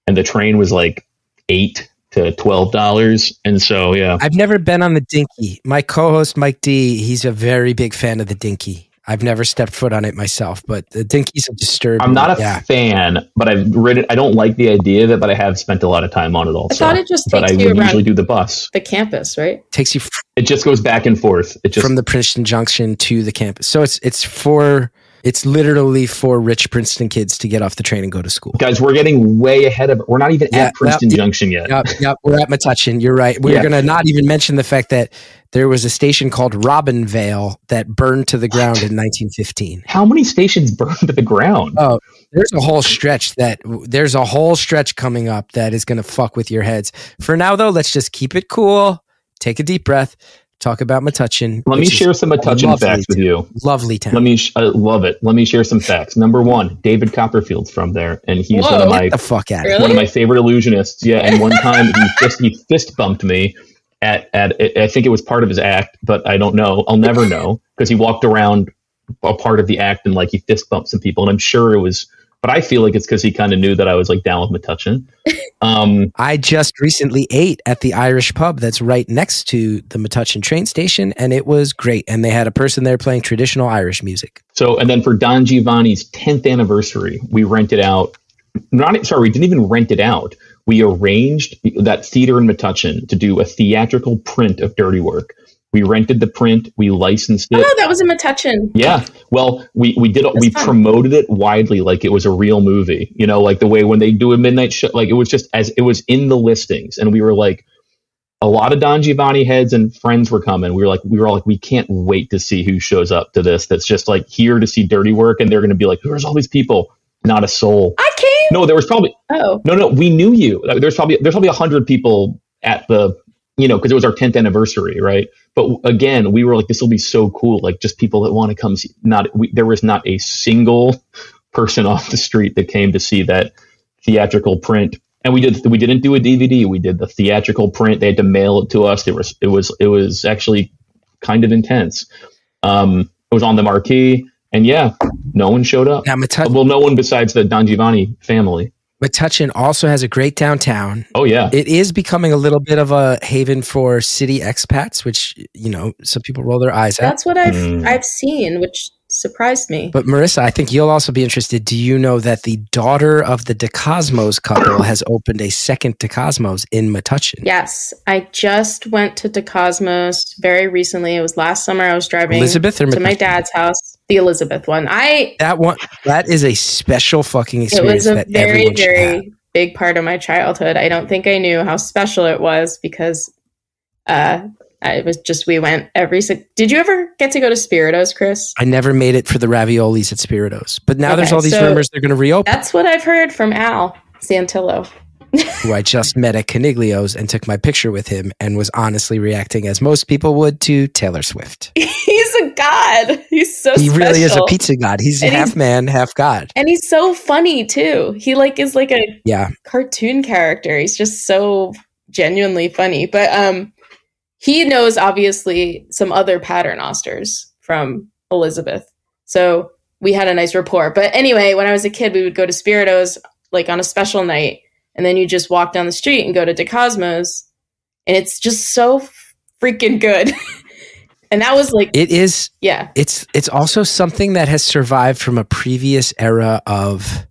Speaker 3: and the train was like eight to twelve dollars. And so yeah.
Speaker 2: I've never been on the Dinky. My co-host Mike D, he's a very big fan of the Dinky. I've never stepped foot on it myself, but the Dinky's a disturbing.
Speaker 3: I'm not a
Speaker 2: yeah.
Speaker 3: fan, but I've ridden. I don't like the idea of it, but I have spent a lot of time on it
Speaker 4: I
Speaker 3: also.
Speaker 4: thought it just
Speaker 3: but
Speaker 4: takes
Speaker 3: I
Speaker 4: you
Speaker 3: would
Speaker 4: around
Speaker 3: usually do the bus.
Speaker 4: the campus, right?
Speaker 2: takes you f-
Speaker 3: It just goes back and forth. It just
Speaker 2: from the Princeton Junction to the campus. So it's it's for it's literally for rich Princeton kids to get off the train and go to school.
Speaker 3: guys, we're getting way ahead of. We're not even
Speaker 2: Yeah,
Speaker 3: at Princeton
Speaker 2: yeah,
Speaker 3: Junction yet.
Speaker 2: Yep, yep. We're at Metuchen. You're right. We're
Speaker 3: Yeah.
Speaker 2: going to not even mention the fact that there was a station called Robinvale that burned to the ground in 1915.
Speaker 3: How many stations burned to the ground?
Speaker 2: Oh, there's a whole stretch that there's a whole stretch coming up that is going to fuck with your heads. For now, though, let's just keep it cool. Take a deep breath. Talk about Metuchen.
Speaker 3: Let me
Speaker 2: which is
Speaker 3: share some touching
Speaker 2: lovely
Speaker 3: facts with
Speaker 2: town.
Speaker 3: you.
Speaker 2: Lovely town.
Speaker 3: Let me. Sh- I love it. Let me share some facts. Number one, David Copperfield's from there, and he's one
Speaker 4: Whoa.
Speaker 3: of my
Speaker 2: Get the fuck out.
Speaker 4: Really?
Speaker 3: one of my favorite illusionists. Yeah, and one time he fist he fist bumped me at at I think it was part of his act, but I don't know. I'll never know because he walked around a part of the act and like he fist bumped some people, and I'm sure it was. But I feel like it's because he kind of knew that I was like down with Metuchen. Um,
Speaker 2: I just recently ate at the Irish pub that's right next to the Metuchen train station, and it was great. And they had a person there playing traditional Irish music.
Speaker 3: so and then for Don Giovanni's 10th anniversary, we rented out. Not sorry, we didn't even rent it out. We arranged that theater in Metuchen to do a theatrical print of Dirty Work. We rented the print. We licensed it.
Speaker 4: Oh, that was in Metuchen.
Speaker 3: Yeah. Well, we we did we
Speaker 4: fun.
Speaker 3: promoted it widely like it was a real movie. You know, like the way when they do a midnight show, like it was just as it was in the listings, and we were like, a lot of Don Giovanni heads and friends were coming. We were like, we were all like, we can't wait to see who shows up to this. That's just like here to see Dirty Work, and they're going to be like, where's all these people? Not a soul.
Speaker 4: I came.
Speaker 3: No, there was probably
Speaker 4: Oh,
Speaker 3: no, no. We knew you. Like, There's probably there's probably a hundred people at the you know because it was our tenth anniversary, right? But again, we were like, this will be so cool. Like just people that want to come. See, not we, there was not a single person off the street that came to see that theatrical print. And we did we didn't do a DVD. We did the theatrical print. They had to mail it to us. It was it was it was actually kind of intense. Um, it was on the marquee, and yeah, no one showed up.
Speaker 2: Now, Metu-
Speaker 3: Well, no one besides the Don Giovanni family.
Speaker 2: Metuchen also has a great downtown.
Speaker 3: Oh yeah.
Speaker 2: It is becoming a little bit of a haven for city expats, which, you know, some people roll their eyes at.
Speaker 4: that's what I've
Speaker 3: Mm.
Speaker 4: I've seen, which surprised me.
Speaker 2: But Marissa, I think you'll also be interested. Do you know that the daughter of the DeCosmos couple has opened a second DeCosmos in Metuchen?
Speaker 4: Yes, I just went to DeCosmos very recently. It was last summer. I was driving
Speaker 2: Elizabeth or
Speaker 4: to my
Speaker 2: Metuchen?
Speaker 4: dad's house, the Elizabeth one. I
Speaker 2: That one that is a special fucking
Speaker 4: it
Speaker 2: experience
Speaker 4: was a
Speaker 2: that
Speaker 4: very
Speaker 2: everyone should have.
Speaker 4: very big part of my childhood. I don't think I knew how special it was because uh, I was just we went every. si- Did you ever get to go to Spiritos, Chris?
Speaker 2: I never made it for the raviolis at Spiritos, but now there's
Speaker 4: Okay,
Speaker 2: all these
Speaker 4: so-
Speaker 2: rumors they're going to reopen.
Speaker 4: That's what I've heard from Al Santillo.
Speaker 2: Who I just met at Caniglio's and took my picture with him, and was honestly reacting as most people would to Taylor Swift.
Speaker 4: He's a god. He's so
Speaker 2: he really is a
Speaker 4: special.
Speaker 2: pizza god. He's
Speaker 4: And
Speaker 2: half
Speaker 4: he's-
Speaker 2: man, half god.
Speaker 4: And he's so funny too. He like is like a
Speaker 2: Yeah,
Speaker 4: cartoon character. He's just so genuinely funny. But um he knows obviously some other paternosters from Elizabeth. So we had a nice rapport. But anyway, when I was a kid, we would go to Spiritos like on a special night, and then you just walk down the street and go to DeCosmos, and it's just so freaking good. and that was like,
Speaker 2: it is
Speaker 4: yeah,
Speaker 2: it's it's also something that has survived from a previous era of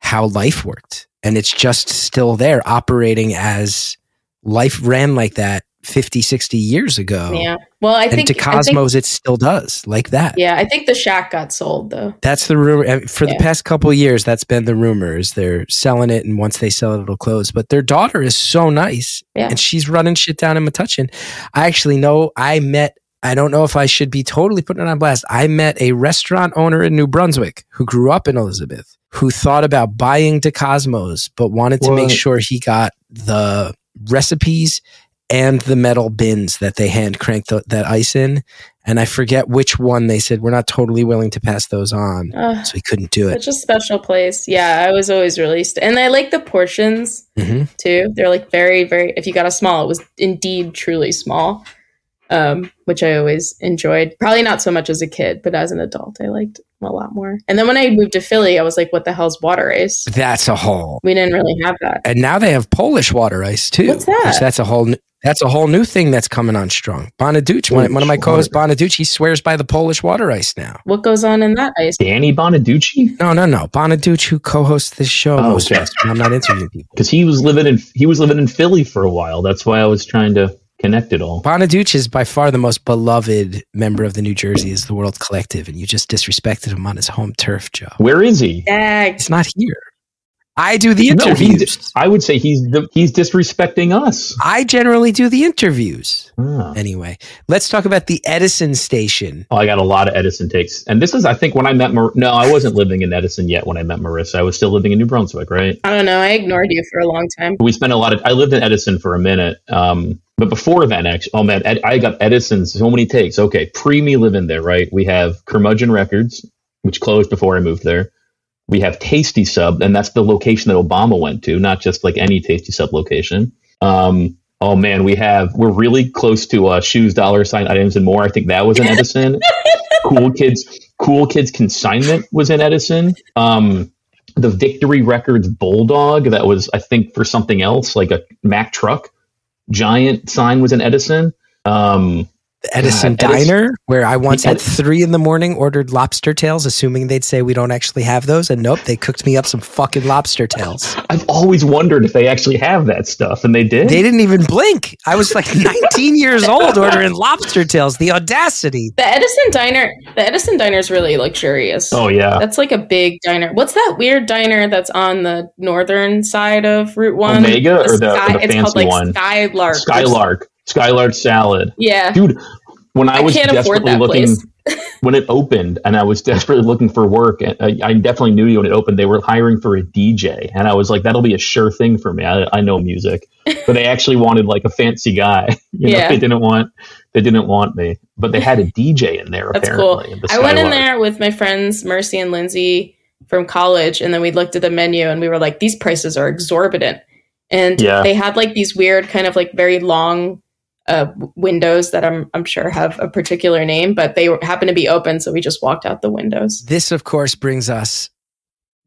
Speaker 2: how life worked and it's just still there operating as life ran like that 50, 60 years ago.
Speaker 4: Yeah. Well, I
Speaker 2: Oh. and
Speaker 4: think
Speaker 2: to
Speaker 4: I think-
Speaker 2: Cosmos, it still does like that.
Speaker 4: yeah, I think the shack got sold though.
Speaker 2: That's the rumor. uh, For the
Speaker 4: Yeah.
Speaker 2: past couple of years, that's been the rumor is they're selling it, and once they sell it, it'll close. But their daughter is so nice,
Speaker 4: Yeah.
Speaker 2: and she's running shit down in Metuchen. I actually know I met. I don't know if I should be totally putting it on blast. I met a restaurant owner in New Brunswick who grew up in Elizabeth, who thought about buying DeCosmos, but wanted to make
Speaker 3: What?
Speaker 2: sure he got the recipes and the metal bins that they hand cranked th- that ice in. And I forget which one they said, we're not totally willing to pass those on
Speaker 4: Uh,
Speaker 2: so he couldn't do it.
Speaker 4: such a special place. Yeah, I was always released, and I like the portions
Speaker 2: hmm
Speaker 4: too. They're like very, very. If you got a small, it was indeed truly small, um, which I always enjoyed. Probably not so much as a kid, but as an adult, I liked a lot more. And then when I moved to Philly, I was like, "What the hell's water ice?"
Speaker 2: That's a whole.
Speaker 4: We didn't really have that.
Speaker 2: And now they have Polish water ice too.
Speaker 4: What's that?
Speaker 2: Which that's a whole. n- That's a whole new thing that's coming on strong. Bonaduce, one, one of my
Speaker 3: Polish
Speaker 2: co-hosts, Bonaduce, he swears by the Polish water ice now.
Speaker 4: What goes on in that ice?
Speaker 3: Danny Bonaducci,
Speaker 2: No, no, no. Bonaduce, who co-hosts this show,
Speaker 3: Oh,
Speaker 2: most
Speaker 3: okay.
Speaker 2: of us, when I'm not interviewing people.
Speaker 3: because he was living in he was living in Philly for a while. That's why I was trying to connect it all.
Speaker 2: Bonaduce is by far the most beloved member of the New Jersey is the World Collective, and you just disrespected him on his home turf, Joe.
Speaker 3: Where is he?
Speaker 4: Dag.
Speaker 2: It's not here. I do the
Speaker 3: No, he
Speaker 2: interviews.
Speaker 3: dis- I would say he's the, he's disrespecting us.
Speaker 2: I generally do the interviews.
Speaker 3: Ah.
Speaker 2: Anyway, let's talk about the Edison station.
Speaker 3: Oh, I got a lot of Edison takes, and this is, I think, when I met. Mar- no, I wasn't living in Edison yet when I met Marissa. I was still living in New Brunswick, right?
Speaker 4: I don't know. I ignored you for a long time.
Speaker 3: We spent a lot of. I lived in Edison for a minute, um, but before then, actually, oh man, Ed, I got Edison so many takes. Okay, pre me living there, right? We have Curmudgeon Records, which closed before I moved there. We have Tasty Sub, and that's the location that Obama went to, not just like any Tasty Sub location. Um, oh man, we have we're really close to uh, shoes, dollar sign items, and more. I think that was in Edison. cool kids, cool kids consignment was in Edison. Um, the Victory Records Bulldog that was I think for something else like a Mack truck. Giant sign was in Edison. Um,
Speaker 2: The Edison
Speaker 3: God, Edison-
Speaker 2: Diner, where I once
Speaker 3: The
Speaker 2: at
Speaker 3: Edi-
Speaker 2: three in the morning ordered lobster tails, assuming they'd say we don't actually have those. And nope, they cooked me up some fucking lobster tails.
Speaker 3: I've always wondered if they actually have that stuff, and they did.
Speaker 2: They didn't even blink. I was like 19 years old ordering lobster tails. The audacity.
Speaker 4: The Edison Diner. The Edison Diner is really luxurious.
Speaker 3: oh yeah.
Speaker 4: That's like a big diner. What's that weird diner that's on the northern side of Route One?
Speaker 3: Omega or the- or the
Speaker 4: it's
Speaker 3: fancy
Speaker 4: called like
Speaker 3: one?
Speaker 4: Skylark. or
Speaker 3: Skylark. Skylark salad.
Speaker 4: Yeah.
Speaker 3: Dude, when I
Speaker 4: I
Speaker 3: was
Speaker 4: can't afford
Speaker 3: desperately
Speaker 4: that
Speaker 3: looking
Speaker 4: place.
Speaker 3: when it opened and I was desperately looking for work and uh, I, I definitely knew when it opened they were hiring for a DJ and I was like that'll be a sure thing for me. I, I know music. But they actually wanted like a fancy guy. You know,
Speaker 4: Yeah.
Speaker 3: they didn't want they didn't want me. But they had a DJ in there
Speaker 4: That's cool.
Speaker 3: apparently. the
Speaker 4: I went in
Speaker 3: Skylark.
Speaker 4: there with my friends Mercy and Lindsay from college, and then we looked at the menu and we were like, these prices are exorbitant. And
Speaker 3: Yeah.
Speaker 4: they had like these weird, kind of like very long uh, w- windows that I'm I'm sure have a particular name, but they were, happened to be open, so we just walked out the windows.
Speaker 2: This, of course, brings us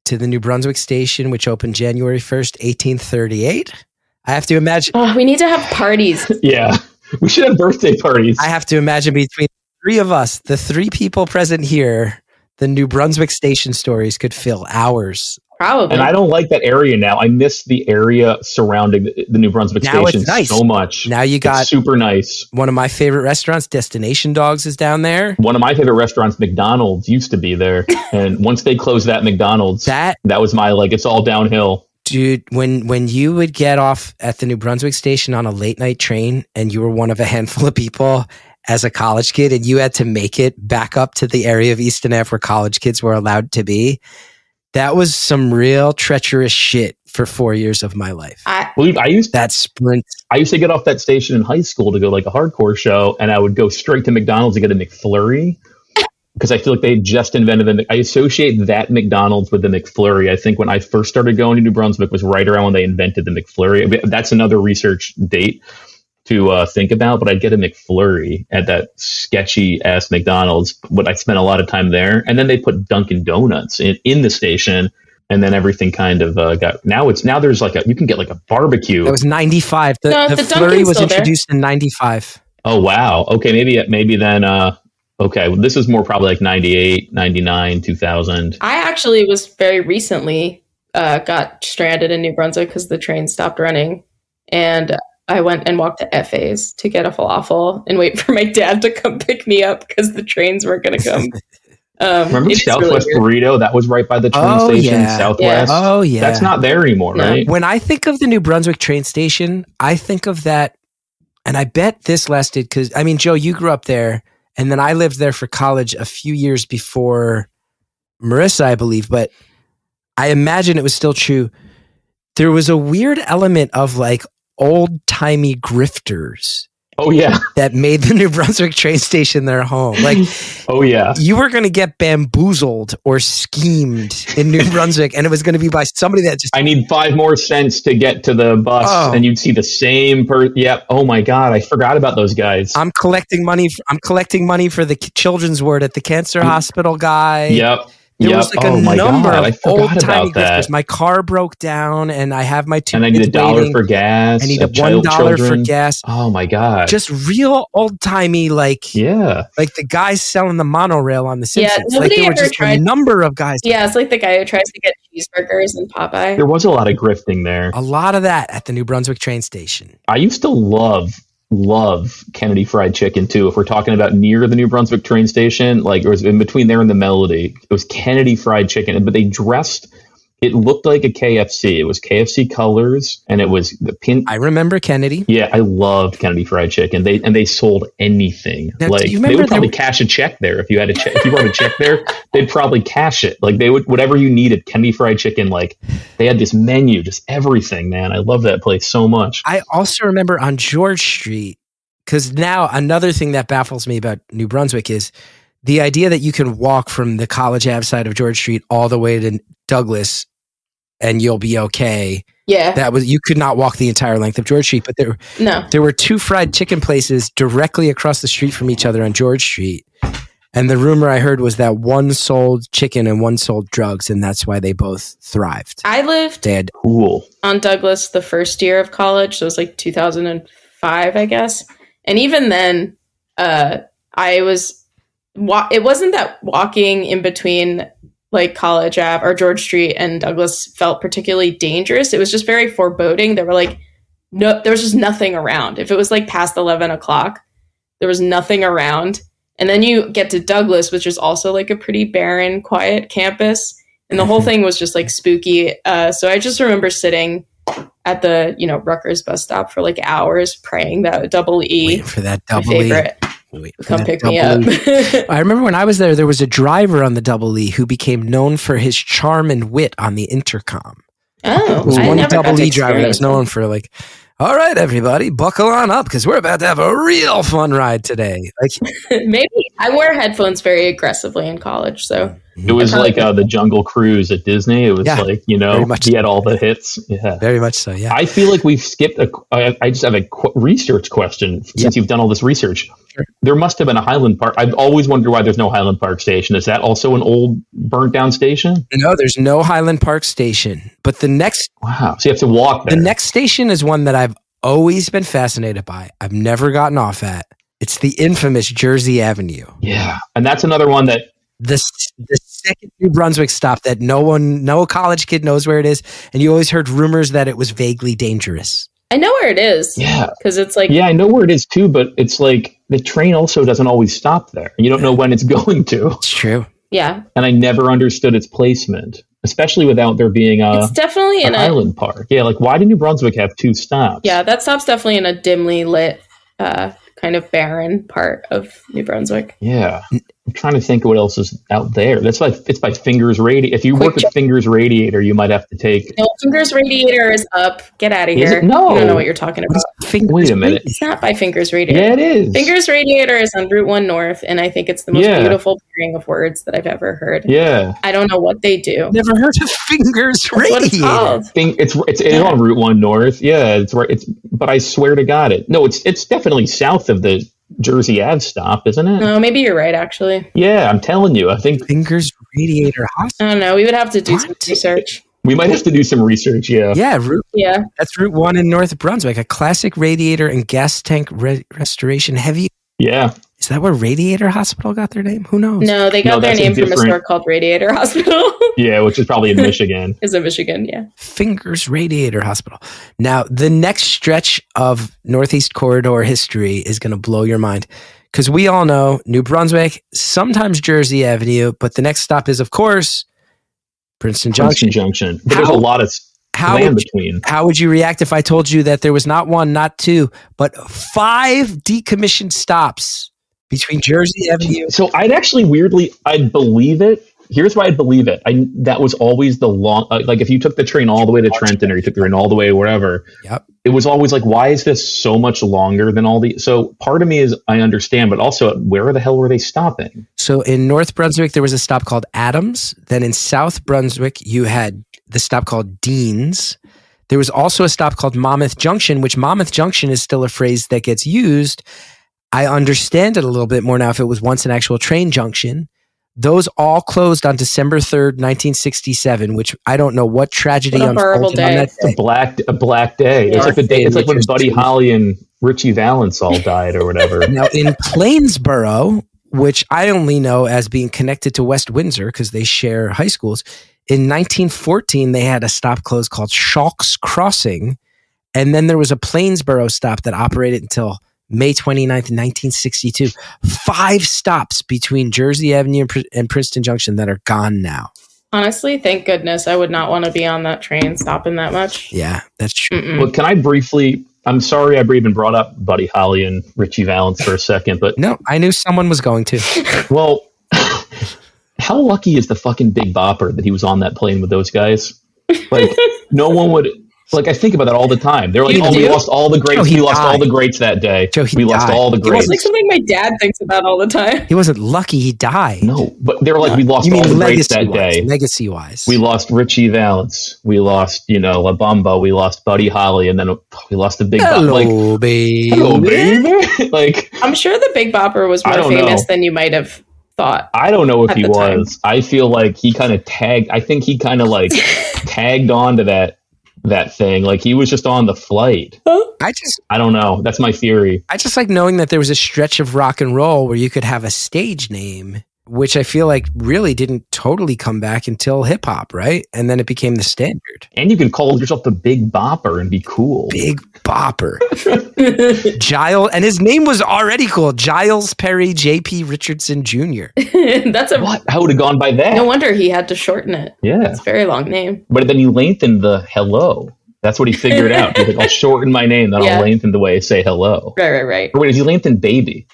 Speaker 2: to the New Brunswick station, which opened January 1st, 1838. I have to imagine.
Speaker 4: Oh, we need to have parties.
Speaker 3: Yeah. We should have birthday parties.
Speaker 2: I have to imagine between three of us, the three people present here, the New Brunswick station stories could fill hours.
Speaker 4: Probably.
Speaker 3: and I don't like that area now. I miss the area surrounding the, the New Brunswick
Speaker 2: Now it's
Speaker 3: station
Speaker 2: nice.
Speaker 3: so much.
Speaker 2: Now you
Speaker 3: It's
Speaker 2: got
Speaker 3: super nice.
Speaker 2: one of my favorite restaurants, Destination Dogs, is down there.
Speaker 3: One of my favorite restaurants, McDonald's, used to be there, and once they closed that McDonald's, that,
Speaker 2: That
Speaker 3: was my like. It's all downhill.
Speaker 2: dude, when when you would get off at the New Brunswick station on a late night train, and you were one of a handful of people as a college kid, and you had to make it back up to the area of Easton Ave where college kids were allowed to be. That was some real treacherous shit for four years of my life.
Speaker 4: I,
Speaker 3: Believe I used
Speaker 2: That sprint
Speaker 3: I used to get off that station in high school to go like a hardcore show, and I would go straight to McDonald's to get a McFlurry because I feel like they had just invented the. Mc- I associate that McDonald's with the McFlurry. I think when I first started going to New Brunswick was right around when they invented the McFlurry. That's another research date to uh, think about, but I'd get a McFlurry at that sketchy ass McDonald's. But I spent a lot of time there, and then they put Dunkin' Donuts in, in the station. And then everything kind of uh, got. Now it's now there's like a you can get like a barbecue.
Speaker 2: That was 95. The,
Speaker 4: No,
Speaker 2: the,
Speaker 4: the
Speaker 2: flurry
Speaker 4: Dunkin's
Speaker 2: was
Speaker 4: still there.
Speaker 2: introduced in 95.
Speaker 3: Oh wow. Okay, maybe maybe then uh okay, well, this is more probably like 98, 99, 2000.
Speaker 4: I actually was very recently uh, got stranded in New Brunswick because the train stopped running, and I went and walked to FA's to get a falafel and wait for my dad to come pick me up because the trains weren't going to come. Um,
Speaker 3: Remember
Speaker 4: it's really
Speaker 3: Southwest
Speaker 4: weird.
Speaker 3: Burrito? That was right by the train
Speaker 2: Oh,
Speaker 3: station.
Speaker 2: yeah.
Speaker 3: Southwest.
Speaker 2: Oh yeah,
Speaker 3: That's not there anymore,
Speaker 4: No.
Speaker 3: right?
Speaker 2: When I think of the New Brunswick train station, I think of that, and I bet this lasted because I mean, Joe, you grew up there, and then I lived there for college a few years before Marissa, I believe. But I imagine it was still true. There was a weird element of like old timey grifters
Speaker 3: Oh yeah.
Speaker 2: that made the New Brunswick train station their home. Like
Speaker 3: Oh yeah.
Speaker 2: you were going to get bamboozled or schemed in New Brunswick, and it was going to be by somebody that just
Speaker 3: I need five more cents to get to the bus,
Speaker 2: Oh.
Speaker 3: and you'd see the same person. Yep. Oh my god, I forgot about those guys.
Speaker 2: I'm collecting money. f I'm collecting money for the k- children's ward at the cancer hospital guy.
Speaker 3: Mm. yep.
Speaker 2: There
Speaker 3: yep.
Speaker 2: was like
Speaker 3: oh
Speaker 2: a
Speaker 3: my
Speaker 2: number
Speaker 3: god, I
Speaker 2: of old
Speaker 3: forgot
Speaker 2: timey
Speaker 3: about that.
Speaker 2: grifters. My car broke down, and I have my two.
Speaker 3: And I need
Speaker 2: kids
Speaker 3: a dollar
Speaker 2: waiting.
Speaker 3: for gas.
Speaker 2: I need
Speaker 3: uh,
Speaker 2: a one
Speaker 3: child-
Speaker 2: dollar for
Speaker 3: children.
Speaker 2: gas.
Speaker 3: Oh my god.
Speaker 2: Just real old timey, like
Speaker 3: yeah.
Speaker 2: like the guys selling the monorail on the
Speaker 4: Yeah,
Speaker 2: Simpsons. like
Speaker 4: nobody
Speaker 2: there were
Speaker 4: ever
Speaker 2: just a
Speaker 4: tried-
Speaker 2: number of guys.
Speaker 4: Yeah, it's like the guy who tries to get cheeseburgers and Popeye.
Speaker 3: There was a lot of grifting there.
Speaker 2: A lot of that at the New Brunswick train station.
Speaker 3: I used to love love Kennedy Fried Chicken too. If we're talking about near the New Brunswick train station, like it was in between there and the Melody, it was Kennedy Fried Chicken, but they dressed. It looked like a KFC. It was KFC colors, and it was the pin.
Speaker 2: I remember Kennedy.
Speaker 3: yeah, I loved Kennedy Fried Chicken. They and they sold anything.
Speaker 2: Now, do
Speaker 3: like
Speaker 2: you
Speaker 3: they
Speaker 2: remember
Speaker 3: would probably
Speaker 2: there-
Speaker 3: cash a check there if you had a check. if you brought a check there, they'd probably cash it. Like they would whatever you needed. Kennedy Fried Chicken. Like they had this menu, just everything. Man, I love that place so much.
Speaker 2: I also remember on George Street, because now another thing that baffles me about New Brunswick is the idea that you can walk from the College Ave side of George Street all the way to Douglas and you'll be okay.
Speaker 4: Yeah,
Speaker 2: That was you could not walk the entire length of George Street, but there
Speaker 4: no.
Speaker 2: there were two fried chicken places directly across the street from each other on George Street. And the rumor I heard was that one sold chicken and one sold drugs, and that's why they both thrived.
Speaker 4: I lived
Speaker 2: They had
Speaker 3: Cool.
Speaker 4: on Douglas the first year of college, so it was like 2005, I guess. And even then, uh, I was wa- it wasn't that walking in between like College Ave or George Street and Douglas felt particularly dangerous. It was just very foreboding. There were like no, there was just nothing around. If it was like past 11 o'clock, there was nothing around. And then you get to Douglas, which is also like a pretty barren, quiet campus and the
Speaker 2: Mm-hmm.
Speaker 4: whole thing was just like spooky. Uh, so I just remember sitting at the you know Rutgers bus stop for like hours praying that double E,
Speaker 2: waiting for that
Speaker 4: my
Speaker 2: double E.
Speaker 4: favorite,
Speaker 2: waiting for
Speaker 4: come
Speaker 2: that
Speaker 4: pick me
Speaker 2: double
Speaker 4: up.
Speaker 2: E. I remember when I was there, there was a driver on the double E who became known for his charm and wit on the intercom.
Speaker 4: oh,
Speaker 2: There was
Speaker 4: I
Speaker 2: one
Speaker 4: never got
Speaker 2: double
Speaker 4: to
Speaker 2: E driver that was
Speaker 4: experience
Speaker 2: known for like, all right, everybody, buckle on up because we're about to have a real fun ride today. Like,
Speaker 4: it. Maybe I wore headphones very aggressively in college, so
Speaker 3: It was like uh, the Jungle Cruise at Disney. It was
Speaker 2: Yeah,
Speaker 3: like you know
Speaker 2: very much
Speaker 3: he
Speaker 2: so.
Speaker 3: had all the hits. Yeah,
Speaker 2: very much so. Yeah.
Speaker 3: I feel like we've skipped. A, I, I just have a qu- research question since you've done all this research.
Speaker 2: Sure.
Speaker 3: There must have been a Highland Park. I've always wondered why there's no Highland Park station. Is that also an old burnt down station?
Speaker 2: no, there's no Highland Park station, but the next
Speaker 3: Wow. So you have to walk
Speaker 2: the
Speaker 3: there.
Speaker 2: next station is one that I've always been fascinated by. I've never gotten off at. It's the infamous Jersey Avenue.
Speaker 3: yeah, and that's another one that
Speaker 2: the s- the second New Brunswick stop that no one, no college kid knows where it is, and you always heard rumors that it was vaguely dangerous.
Speaker 4: I know where it is
Speaker 3: yeah
Speaker 4: because it's like
Speaker 3: yeah I know where it is too. But it's like the train also doesn't always stop there. You don't know when it's going to,
Speaker 2: It's true.
Speaker 4: yeah,
Speaker 3: and I never understood its placement, especially without there being
Speaker 2: Uh,
Speaker 3: a.
Speaker 4: it's definitely
Speaker 3: an
Speaker 4: in a
Speaker 3: island park. Yeah, like why did New Brunswick have two stops?
Speaker 4: yeah that stop's definitely in a dimly lit uh, kind of barren part of New Brunswick.
Speaker 3: yeah. I'm trying to think of what else is out there. That's by it's by Fingers Radiator. If you
Speaker 4: Quick
Speaker 3: work at
Speaker 4: check.
Speaker 3: Fingers Radiator, you might have to take.
Speaker 4: No, fingers radiator is up. Get out of
Speaker 3: Is
Speaker 4: here.
Speaker 3: it? No.
Speaker 4: You don't know what you're talking
Speaker 2: What
Speaker 4: about.
Speaker 2: is fingers
Speaker 3: Wait a minute.
Speaker 2: raised?
Speaker 4: It's not by Fingers Radiator.
Speaker 3: Yeah, it is.
Speaker 4: Fingers Radiator is on Route 1 North, and I think it's the most
Speaker 3: Yeah.
Speaker 4: beautiful pairing of words that I've ever heard.
Speaker 3: Yeah,
Speaker 4: I don't know what they do.
Speaker 2: Never heard of fingers
Speaker 4: That's what it's
Speaker 2: radiator.
Speaker 4: called.
Speaker 3: Fing, it's it's it's
Speaker 4: Yeah.
Speaker 3: on Route One North. Yeah, it's right. It's but I swear to God, it no. It's it's definitely south of the Jersey Ave stop, isn't it?
Speaker 4: No, maybe you're right, actually.
Speaker 3: Yeah, I'm telling you. I think
Speaker 2: Fingers radiator hospital.
Speaker 4: I don't know. We would have to do some
Speaker 2: What?
Speaker 4: research.
Speaker 3: we might have to do some research. Yeah.
Speaker 2: Yeah, route,
Speaker 4: Yeah.
Speaker 2: that's Route One in North Brunswick, a classic radiator and gas tank re- restoration heavy
Speaker 3: Yeah.
Speaker 2: Is that where Radiator Hospital got their name? Who knows?
Speaker 4: No, they got
Speaker 3: No,
Speaker 4: their
Speaker 3: that's a
Speaker 4: name from a
Speaker 3: different-
Speaker 4: store called Radiator Hospital.
Speaker 3: Yeah, which is probably in Michigan.
Speaker 4: is in Michigan, yeah.
Speaker 2: Fingers Radiator Hospital. Now, the next stretch of Northeast Corridor history is going to blow your mind because we all know New Brunswick, sometimes Jersey Avenue, but the next stop is, of course, Princeton Junction.
Speaker 3: Junction Junction. But there's a
Speaker 2: How-
Speaker 3: lot of
Speaker 2: How
Speaker 3: land
Speaker 2: would,
Speaker 3: between.
Speaker 2: how would you react if I told you that there was not one, not two, but five decommissioned stops between Jersey Avenue?
Speaker 3: So I'd actually weirdly I'd believe it. Here's why I'd believe it. I that was always the long uh, like if you took the train all the way to Trenton or you took the train all the way wherever.
Speaker 2: Yep.
Speaker 3: It was always like why is this so much longer than all the So part of me is I understand but also where the hell were they stopping?
Speaker 2: So in North Brunswick, there was a stop called Adams. Then in South Brunswick, you had the stop called Dean's. There was also a stop called Monmouth Junction, which Monmouth Junction is still a phrase that gets used. I understand it a little bit more now if it was once an actual train junction. Those all closed on December 3rd, 1967, which I don't know what tragedy
Speaker 4: What a horrible
Speaker 2: unfolded on
Speaker 4: day.
Speaker 2: that day.
Speaker 3: Black a black day. It's
Speaker 2: Dark
Speaker 3: like the day
Speaker 2: day,
Speaker 3: it's like when
Speaker 2: which is-
Speaker 3: Buddy Holly and Richie Valens all died or whatever.
Speaker 2: now in Plainsboro, which I only know as being connected to West Windsor because they share high schools, in 1914 they had a stop close called Shalk's Crossing, and then there was a Plainsboro stop that operated until May 29th, 1962. Five stops between Jersey Avenue and, Pr- and Princeton Junction that are gone now.
Speaker 4: Honestly, thank goodness I would not want to be on that train stopping that much.
Speaker 2: Yeah, that's true.
Speaker 4: Mm-mm.
Speaker 3: Well, can I briefly? I'm sorry I even brought up Buddy Holly and Richie Valens for a second, but
Speaker 2: No, I knew someone was going to.
Speaker 3: well, how lucky is the fucking Big Bopper that he was on that plane with those guys? Like, no one would. Like, I think about that all the time. They're like,
Speaker 2: He
Speaker 3: oh, we
Speaker 2: did?
Speaker 3: lost all the greats.
Speaker 2: No, he
Speaker 3: we lost all
Speaker 2: died.
Speaker 3: the greats that day.
Speaker 2: Joe, he
Speaker 3: we lost
Speaker 2: died.
Speaker 3: all the
Speaker 2: He
Speaker 4: It's
Speaker 3: greats.
Speaker 4: like something my dad thinks about all the time.
Speaker 2: He wasn't lucky; he died.
Speaker 3: no, but they're like, we lost
Speaker 2: you
Speaker 3: all the
Speaker 2: mean
Speaker 3: greats
Speaker 2: legacy
Speaker 3: that
Speaker 2: wise?
Speaker 3: day.
Speaker 2: Legacy wise,
Speaker 3: We lost Richie Valens. We lost, you know, La Bamba. We lost Buddy Holly, and then we lost the Big Bopper. Like,
Speaker 2: Hello, baby.
Speaker 3: hello, baby. like,
Speaker 4: I'm sure the Big Bopper was
Speaker 3: I
Speaker 4: more
Speaker 3: don't
Speaker 4: famous
Speaker 3: know.
Speaker 4: than you might have thought.
Speaker 3: I don't know if
Speaker 4: At
Speaker 3: he
Speaker 4: the time.
Speaker 3: was. I feel like he kind of tagged. I think he kind of like tagged on to that that thing. Like he was just on the flight.
Speaker 2: I just
Speaker 3: I don't know. That's my theory.
Speaker 2: I just like knowing that there was a stretch of rock and roll where you could have a stage name, which I feel like really didn't totally come back until hip hop, right? And then it became the standard.
Speaker 3: And you can call yourself the Big Bopper and be cool.
Speaker 2: Big Bopper. Giles and his name was already cool. Giles Perry JP Richardson Jr.
Speaker 4: That's a
Speaker 3: What? I would have gone by that.
Speaker 4: no wonder he had to shorten it.
Speaker 3: yeah,
Speaker 4: It's a very long name.
Speaker 3: but then he lengthened the hello. That's what he figured out. He's like, I'll shorten my name, then
Speaker 4: Yeah.
Speaker 3: I'll lengthen the way I say hello.
Speaker 4: Right, right, right.
Speaker 3: Or wait, is he lengthen baby?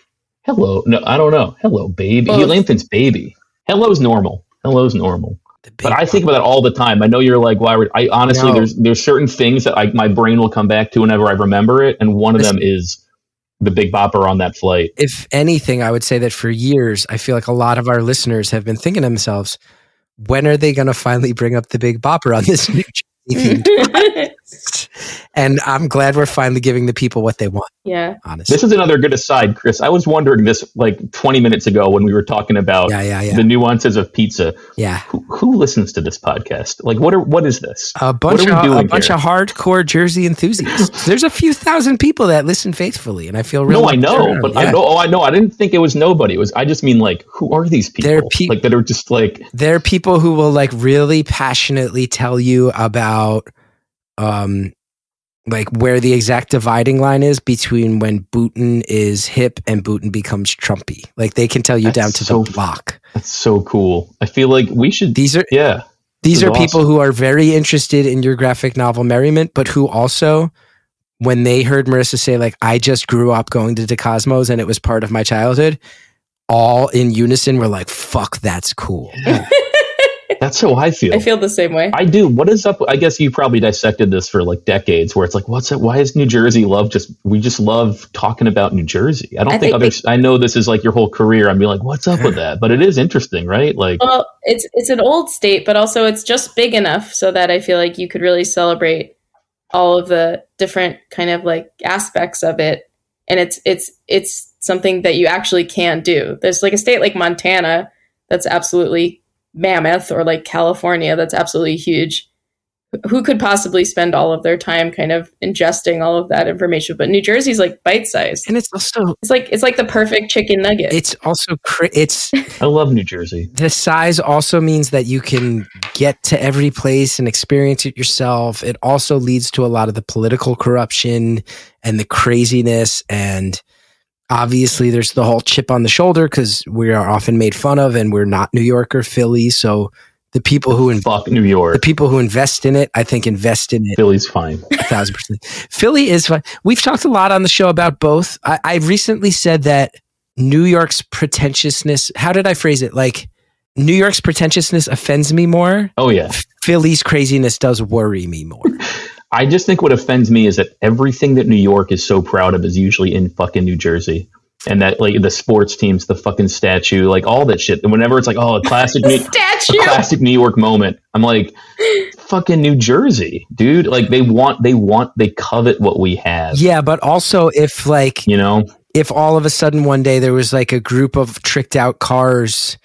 Speaker 3: Hello? No, I don't know. Hello, baby. He
Speaker 4: Both.
Speaker 3: lengthens baby. Hello's normal. Hello's normal.
Speaker 2: The big
Speaker 3: But I think about that all the time. I know you're like, why would I honestly,
Speaker 2: No.
Speaker 3: there's, there's certain things that I, my brain will come back to whenever I remember it. And one of them is the big bopper on that flight.
Speaker 2: if anything, I would say that for years, I feel like a lot of our listeners have been thinking to themselves, when are they going to finally bring up the Big Bopper on this new Jersey theme? And I'm glad we're finally giving the people what they want,
Speaker 4: yeah.
Speaker 2: honestly.
Speaker 3: This is another good aside, Chris. I was wondering this like 20 minutes ago when we were talking about
Speaker 2: Yeah, yeah, yeah.
Speaker 3: the nuances of pizza.
Speaker 2: Yeah.
Speaker 3: Who, who listens to this podcast? Like, what are, what is this?
Speaker 2: A bunch
Speaker 3: are we
Speaker 2: of a
Speaker 3: doing
Speaker 2: bunch
Speaker 3: here?
Speaker 2: of hardcore Jersey enthusiasts. There's a few thousand people that listen faithfully, and I feel really
Speaker 3: no, I know, but I
Speaker 2: Yeah.
Speaker 3: know. Oh, I know. I didn't think it was nobody. It was. I just mean like, who are these people?
Speaker 2: They're pe-
Speaker 3: like that are just like
Speaker 2: there are people who will like really passionately tell you about um like where the exact dividing line is between when Putin is hip and Putin becomes Trumpy. Like they can tell you
Speaker 3: That's
Speaker 2: down to
Speaker 3: so-
Speaker 2: the block.
Speaker 3: that's so cool. I feel like we should.
Speaker 2: These are
Speaker 3: yeah.
Speaker 2: these
Speaker 3: is
Speaker 2: are
Speaker 3: awesome.
Speaker 2: people who are very interested in your graphic novel merriment, but who also when they heard Marissa say like I just grew up going to DeCosmos and it was part of my childhood, all in unison were like fuck that's cool.
Speaker 3: That's how I feel.
Speaker 4: I feel the same way.
Speaker 3: I do. What is up? I guess you probably dissected this for like decades, where it's like, what's up? Why is New Jersey love? Just we just love talking about New Jersey. I don't
Speaker 4: I
Speaker 3: think
Speaker 4: think
Speaker 3: others. I know this is like your whole career. I'm be like, what's up with that? But it is interesting, right? Like,
Speaker 4: Well, it's it's an old state, but also it's just big enough so that I feel like you could really celebrate all of the different kind of like aspects of it. And it's it's it's something that you actually can do. There's like a state like Montana that's absolutely mammoth or like California that's absolutely huge. who could possibly spend all of their time kind of ingesting all of that information? But New Jersey's like bite sized.
Speaker 2: And it's also
Speaker 4: It's like it's like the perfect chicken nugget.
Speaker 2: it's also cra- it's
Speaker 3: I love New Jersey.
Speaker 2: the size also means that you can get to every place and experience it yourself. It also leads to a lot of the political corruption and the craziness. And obviously, there's the whole chip on the shoulder because we are often made fun of and we're not New York or Philly. So the people who in-
Speaker 3: Fuck New
Speaker 2: the
Speaker 3: York.
Speaker 2: people who invest in it, I think, invest in it
Speaker 3: Philly's fine.
Speaker 2: a thousand percent. Philly is fun. We've talked a lot on the show about both. I, I recently said that New York's pretentiousness. How did I phrase it? Like New York's pretentiousness offends me more.
Speaker 3: Oh yeah.
Speaker 2: Philly's craziness does worry me more.
Speaker 3: I just think what offends me is that everything that New York is so proud of is usually in fucking New Jersey. And that like the sports teams, the fucking statue, like all that shit. And whenever it's like, oh, a classic
Speaker 4: the
Speaker 3: New a
Speaker 4: statue.
Speaker 3: classic New York moment, I'm like, fucking New Jersey, dude. Like they want they want they covet what we have.
Speaker 2: Yeah, but also if like
Speaker 3: You know?
Speaker 2: if all of a sudden one day there was like a group of tricked out cars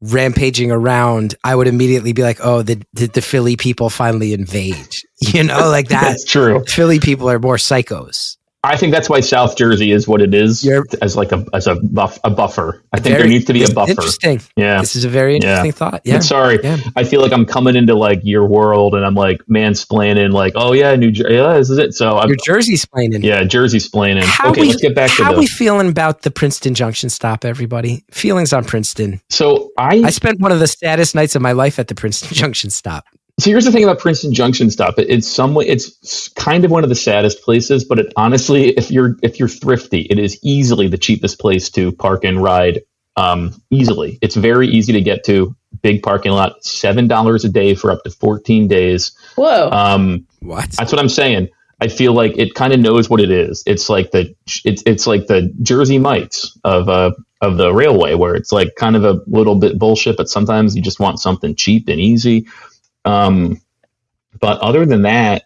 Speaker 2: rampaging around, I would immediately be like, oh, the the, the Philly people finally invade. You know, like that.
Speaker 3: That's true.
Speaker 2: Philly people are more psychos.
Speaker 3: I think that's why South Jersey is what it is
Speaker 2: You're-
Speaker 3: as like a as a buff a buffer. I think
Speaker 2: Very-
Speaker 3: there needs to be a
Speaker 2: this-
Speaker 3: buffer.
Speaker 2: Interesting.
Speaker 3: Yeah.
Speaker 2: This is a very interesting thought. Yeah.
Speaker 3: And sorry,
Speaker 2: Yeah.
Speaker 3: I feel like I'm coming into like your world, and I'm like mansplaining, like, oh yeah, New Jersey, yeah, this is it. So I'm,
Speaker 2: Your jersey's playing.
Speaker 3: uh, yeah, Jersey splaining.
Speaker 2: How
Speaker 3: okay,
Speaker 2: we-
Speaker 3: let's get back to
Speaker 2: How
Speaker 3: the.
Speaker 2: we feeling about the Princeton Junction stop, everybody? Feelings on Princeton.
Speaker 3: so
Speaker 2: I
Speaker 3: I
Speaker 2: spent one of the saddest nights of my life at the Princeton Junction stop.
Speaker 3: so here's the thing about Princeton Junction stop. It, it's somewhat it's kind of one of the saddest places, but it honestly, if you're if you're thrifty, it is easily the cheapest place to park and ride. Um, easily, it's very easy to get to. Big parking lot, seven dollars a day for up to fourteen days.
Speaker 4: Whoa.
Speaker 2: Uh,
Speaker 3: Um,
Speaker 2: What?
Speaker 3: That's what I'm saying. I feel like it kind of knows what it is. It's like the it's it's like the Jersey Mike's of uh of the railway, where it's like kind of a little bit bullshit, but sometimes you just want something cheap and easy. Um, but other than that,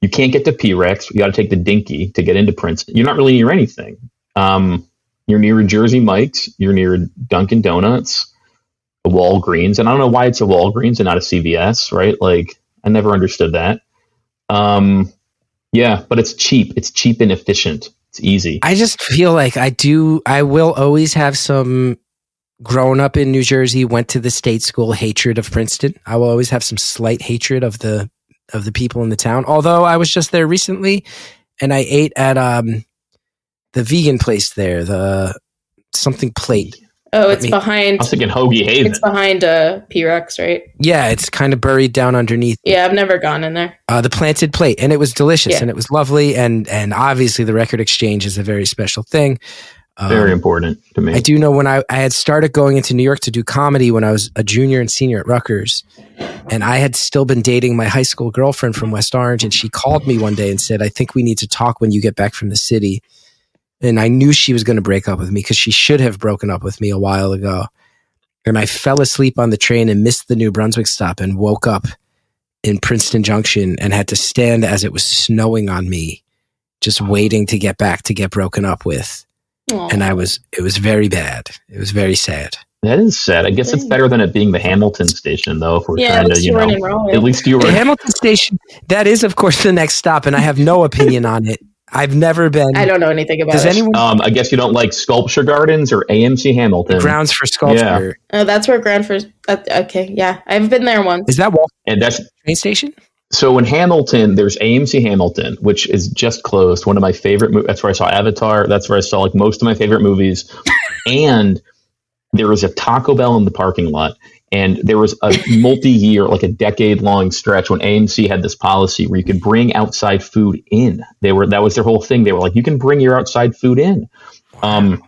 Speaker 3: you can't get to P Rex. You got to take the Dinky to get into Princeton. You're not really near anything. Um, you're near a Jersey Mike's. You're near a Dunkin' Donuts, a Walgreens, and I don't know why it's a Walgreens and not a CVS, right? Like I never understood that. Um, yeah, but it's cheap. It's cheap and efficient. It's easy.
Speaker 2: I just feel like I do. I will always have some. Grown up in New Jersey, went to the state school. Hatred of Princeton. I will always have some slight hatred of the of the people in the town. Although I was just there recently, and I ate at um the vegan place there, the something plate.
Speaker 4: oh,
Speaker 2: let
Speaker 4: it's
Speaker 2: me-
Speaker 3: I
Speaker 4: behind
Speaker 3: was thinking Hoagie Haven.
Speaker 4: it's behind uh P Rex, right?
Speaker 2: Yeah, it's kind of buried down underneath
Speaker 4: Yeah, I've never gone in there.
Speaker 2: uh, the planted plate, and it was delicious
Speaker 4: Yeah.
Speaker 2: and it was lovely. And and obviously, the record exchange is a very special thing. Um,
Speaker 3: Very important to me.
Speaker 2: I do know when I, I had started going into New York to do comedy when I was a junior and senior at Rutgers, and I had still been dating my high school girlfriend from West Orange, and she called me one day and said, "I think we need to talk when you get back from the city." And I knew she was going to break up with me because she should have broken up with me a while ago. And I fell asleep on the train and missed the New Brunswick stop and woke up in Princeton Junction and had to stand as it was snowing on me, just waiting to get back to get broken up with
Speaker 4: Aw.
Speaker 2: and I was it was very bad. It was very sad.
Speaker 3: that is sad. I guess it's better than it being the Hamilton station, though. If we're
Speaker 4: yeah,
Speaker 3: trying to,
Speaker 4: it's
Speaker 3: you
Speaker 4: you
Speaker 3: know,
Speaker 4: running wrong.
Speaker 3: at least you
Speaker 2: The
Speaker 3: were.
Speaker 2: Hamilton station that is of course the next stop and I have no opinion on it. I've never been
Speaker 4: I don't know anything about
Speaker 2: Does
Speaker 4: it.
Speaker 2: anyone
Speaker 3: Um, I guess you don't like Sculpture Gardens or AMC Hamilton,
Speaker 2: grounds for sculpture?
Speaker 4: oh, that's where Grand First. Uh, okay, yeah, I've been there once.
Speaker 2: Is that Wall
Speaker 3: and that's
Speaker 2: train station?
Speaker 3: so in Hamilton, there's AMC Hamilton, which is just closed. One of my favorite movies. That's where I saw Avatar. That's where I saw like most of my favorite movies. and there was a Taco Bell in the parking lot. And there was a multi-year, like a decade-long stretch when AMC had this policy where you could bring outside food in. They were that was their whole thing. They were like, you can bring your outside food in. Um,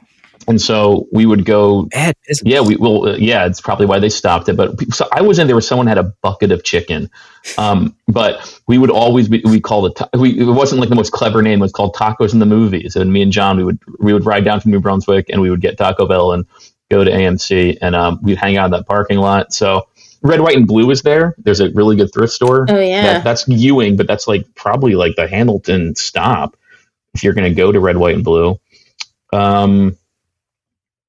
Speaker 3: and so we would go
Speaker 2: Bad business.
Speaker 3: yeah, we will. Uh, yeah, it's probably why they stopped it. But pe- so I was in there. where Someone had a bucket of chicken, um, but we would always be, we called it. ta- We, it wasn't like the most clever name. It was called tacos in the movies. And me and John, we would we would ride down from New Brunswick and we would get Taco Bell and go to AMC and um, we'd hang out in that parking lot. So red, white, and blue is there. There's a really good thrift store.
Speaker 4: Oh yeah,
Speaker 3: That, that's Ewing, but that's like probably like the Hamilton stop if you're going to go to red, white, and blue. Um,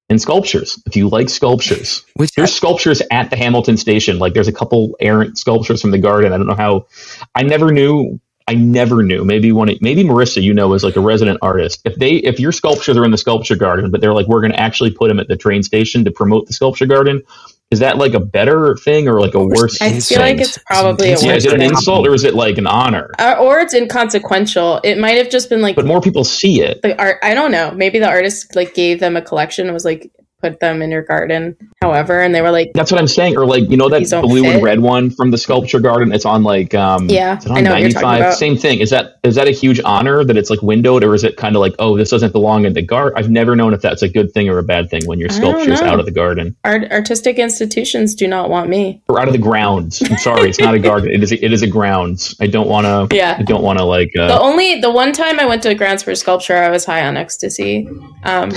Speaker 3: and sculptures. If you like sculptures,
Speaker 2: Which
Speaker 3: there's sculptures at the Hamilton station. Like there's a couple errant sculptures from the garden. I don't know how. I never knew. I never knew. Maybe one. Maybe Marissa, you know, is like a resident artist. If they, if your sculptures are in the sculpture garden, but they're like, we're going to actually put them at the train station to promote the sculpture garden. Is that like a better thing or like a worse?
Speaker 4: I feel like it's probably a
Speaker 3: Yeah, is it an
Speaker 4: thing.
Speaker 3: insult or is it like an honor?
Speaker 4: Uh, or it's inconsequential. It might have just been like
Speaker 3: But more people see it.
Speaker 4: the art. I don't know. Maybe the artist like gave them a collection and was like put them in your garden, however, and they were like,
Speaker 3: That's what I'm saying. Or like you know that
Speaker 4: These don't
Speaker 3: blue and
Speaker 4: fit.
Speaker 3: red one from the sculpture garden. It's on like um
Speaker 4: Yeah,
Speaker 3: it's on
Speaker 4: I know what you're talking about.
Speaker 3: Same thing. Is that is that a huge honor that it's like windowed, or is it kind of like oh this doesn't belong in the garden? I've never known if that's a good thing or a bad thing when your
Speaker 4: I don't
Speaker 3: sculpture's
Speaker 4: know.
Speaker 3: out of the garden
Speaker 4: Art- artistic institutions do not want me.
Speaker 3: or out of the grounds. I'm sorry, it's not a garden. It is a, it is a grounds. I don't want to.
Speaker 4: Yeah.
Speaker 3: I don't want to like.
Speaker 4: The
Speaker 3: Uh,
Speaker 4: only the one time I went to grounds for sculpture, I was high on ecstasy. Um,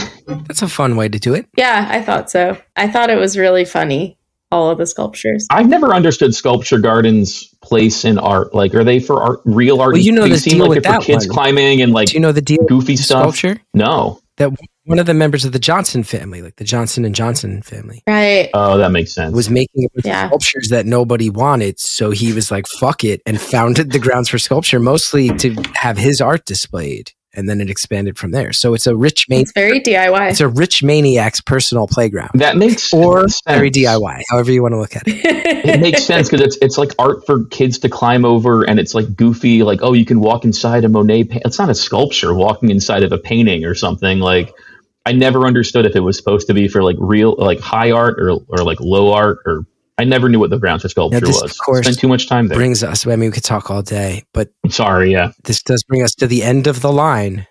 Speaker 2: That's a fun way to do it.
Speaker 4: yeah, I thought so. I thought it was really funny. All of the sculptures.
Speaker 3: I've never understood sculpture gardens' place in art. Like, are they for art, real art?
Speaker 2: Well, you know
Speaker 3: they
Speaker 2: the
Speaker 3: seem
Speaker 2: deal
Speaker 3: like
Speaker 2: with
Speaker 3: they're
Speaker 2: that
Speaker 3: for kids
Speaker 2: one.
Speaker 3: climbing and like
Speaker 2: Do you know the deal?
Speaker 3: goofy
Speaker 2: with
Speaker 3: stuff.
Speaker 2: Sculpture
Speaker 3: No.
Speaker 2: that one of the members of the Johnson family, like the Johnson and Johnson family,
Speaker 4: Right.
Speaker 3: Oh, that makes sense.
Speaker 2: was making a bunch of
Speaker 4: Yeah.
Speaker 2: sculptures that nobody wanted. So he was like, "Fuck it," and founded the grounds for sculpture, mostly to have his art displayed, and then it expanded from there. So it's a rich man.
Speaker 4: It's very
Speaker 2: It's
Speaker 4: DIY.
Speaker 2: a rich maniac's personal playground,
Speaker 3: That makes
Speaker 2: or
Speaker 3: sense.
Speaker 2: very DIY, however you want to look at it.
Speaker 3: It makes sense because it's it's like art for kids to climb over, and it's like goofy, like oh, you can walk inside a Monet. Pa- it's not a sculpture, walking inside of a painting or something. Like I never understood if it was supposed to be for like real, like high art or or like low art, or I never knew what the grounds for sculpture
Speaker 2: this,
Speaker 3: was.
Speaker 2: of course,
Speaker 3: Spent too much time there.
Speaker 2: Brings us. I mean, we could talk all day, but
Speaker 3: Sorry, yeah,
Speaker 2: this does bring us to the end of the line,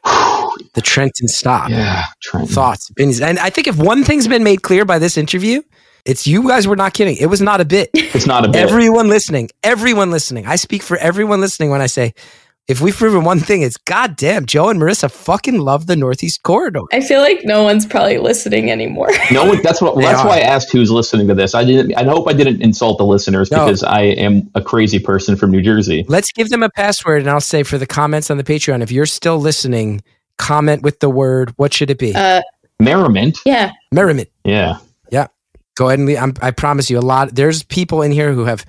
Speaker 2: the Trenton stop.
Speaker 3: yeah. Trenton.
Speaker 2: thoughts, opinions. And I think if one thing's been made clear by this interview, it's you guys were not kidding. It was not a bit.
Speaker 3: It's not a bit.
Speaker 2: everyone listening, everyone listening, I speak for everyone listening when I say, if we've proven one thing, it's goddamn Joe and Marissa fucking love the Northeast Corridor.
Speaker 4: I feel like no one's probably listening anymore.
Speaker 3: No, one- that's what.
Speaker 2: They
Speaker 3: that's
Speaker 2: are.
Speaker 3: why I asked who's listening to this. I didn't. I hope I didn't insult the listeners
Speaker 2: No.
Speaker 3: because I am a crazy person from New Jersey.
Speaker 2: Let's give them a password, and I'll say for the comments on the Patreon, if you're still listening, comment with the word. What should it be?
Speaker 4: Uh,
Speaker 3: Merriment.
Speaker 4: yeah.
Speaker 2: Merriment.
Speaker 3: Yeah.
Speaker 2: Go ahead and leave. I'm, I promise you, a lot. There's people in here who have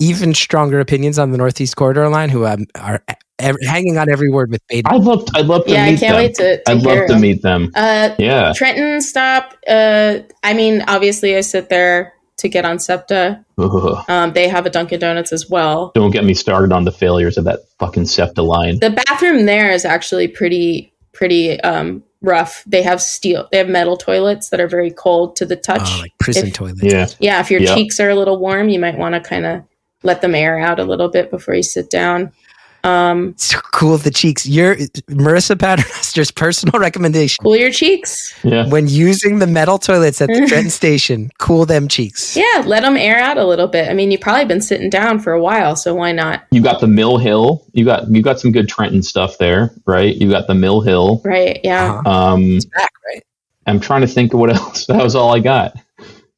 Speaker 2: even stronger opinions on the Northeast Corridor line who um, are ev- hanging on every word with bated
Speaker 3: I'd love. I'd love to
Speaker 4: Yeah, I
Speaker 3: meet them.
Speaker 4: can't wait to, to
Speaker 3: I'd
Speaker 4: hear
Speaker 3: love to
Speaker 4: them.
Speaker 3: meet them.
Speaker 4: Uh,
Speaker 3: Yeah.
Speaker 4: Trenton stop. Uh, I mean, obviously, I sit there to get on SEPTA.
Speaker 3: Ugh.
Speaker 4: Um, they have a Dunkin' Donuts as well.
Speaker 3: Don't get me started on the failures of that fucking SEPTA line.
Speaker 4: The bathroom there is actually pretty pretty um, rough. They have steel. They have metal toilets that are very cold to the touch.
Speaker 2: Oh, like prison
Speaker 4: If-
Speaker 2: toilets.
Speaker 3: Yeah.
Speaker 4: yeah, if your
Speaker 3: Yeah.
Speaker 4: cheeks are a little warm, you might want to kind of let them air out a little bit before you sit down. Um,
Speaker 2: It's cool with the cheeks. Your Marissa Paternoster's personal recommendation
Speaker 4: cool your cheeks.
Speaker 3: Yeah.
Speaker 2: when using the metal toilets at the Trenton station, cool them cheeks.
Speaker 4: Yeah, let them air out a little bit. I mean, you've probably been sitting down for a while, so why not?
Speaker 3: You got the Mill Hill. You got you got some good Trenton stuff there, right? You got the Mill Hill.
Speaker 4: Right? Yeah.
Speaker 2: Uh-huh.
Speaker 3: Um,
Speaker 2: Back, right?
Speaker 3: I'm trying to think of what else. That was all I got.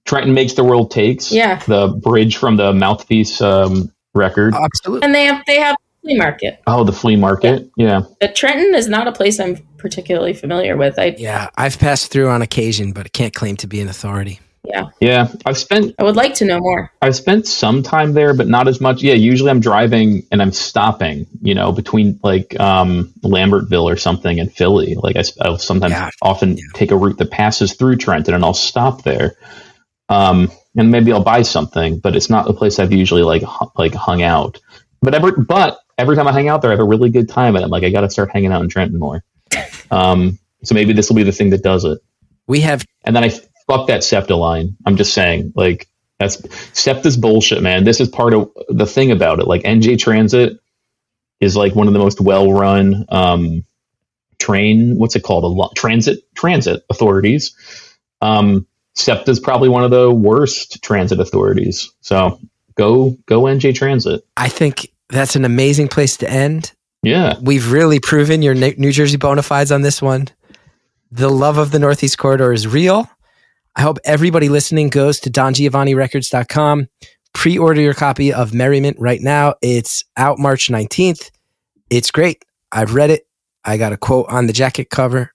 Speaker 3: Trenton makes the world takes.
Speaker 4: Yeah.
Speaker 3: The bridge from the mouthpiece um, record.
Speaker 2: Absolutely.
Speaker 4: And they have they have flea market.
Speaker 3: oh, the flea market. Yeah.
Speaker 4: But Trenton is not a place I'm particularly familiar with. I
Speaker 2: Yeah, I've passed through on occasion, but I can't claim to be an authority.
Speaker 3: Yeah. I've spent
Speaker 4: I would like to know more.
Speaker 3: I've spent some time there, but not as much. Yeah, usually I'm driving and I'm stopping, you know, between like um, Lambertville or something and Philly. Like I, will sometimes
Speaker 2: Yeah.
Speaker 3: often
Speaker 2: Yeah.
Speaker 3: take a route that passes through Trenton and I'll stop there. Um, and maybe I'll buy something, but it's not a place I've usually like hu- like hung out. But every but every time I hang out there, I have a really good time, and I'm like, I got to start hanging out in Trenton more. Um, so maybe this will be the thing that does it.
Speaker 2: We have
Speaker 3: And then I fuck that SEPTA line. I'm just saying, like that's SEPTA's bullshit, man. This is part of the thing about it. Like NJ Transit is like one of the most well-run um, train. What's it called? A lo- transit transit authorities. Um, SEPTA is probably one of the worst transit authorities. So go go NJ Transit.
Speaker 2: I think that's an amazing place to end.
Speaker 3: Yeah,
Speaker 2: We've really proven your New New Jersey bona fides on this one. The love of the Northeast Corridor is real. I hope everybody listening goes to dongiovannirecords.com. Pre order your copy of Merriment right now. It's out March 19th. It's great. I've read it. I got a quote on the jacket cover,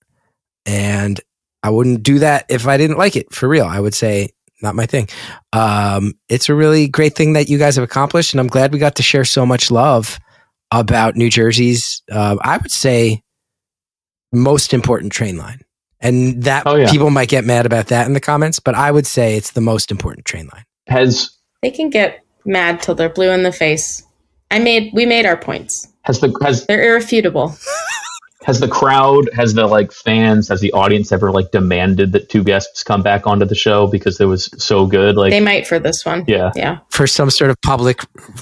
Speaker 2: and I wouldn't do that if I didn't like it for real. I would say not my thing. Um, it's a really great thing that you guys have accomplished, and I'm glad we got to share so much love about New Jersey's. Uh, I would say most important train line, and that
Speaker 3: Oh, yeah.
Speaker 2: people might get mad about that in the comments, but I would say it's the most important train line.
Speaker 3: Has
Speaker 4: They can get mad till they're blue in the face. I made we made our points.
Speaker 3: has the has
Speaker 4: They're irrefutable.
Speaker 3: has the crowd has the like fans has the audience ever like demanded that two guests come back onto the show because it was so good? Like
Speaker 4: They might for this one.
Speaker 3: yeah.
Speaker 4: Yeah.
Speaker 2: for some sort of public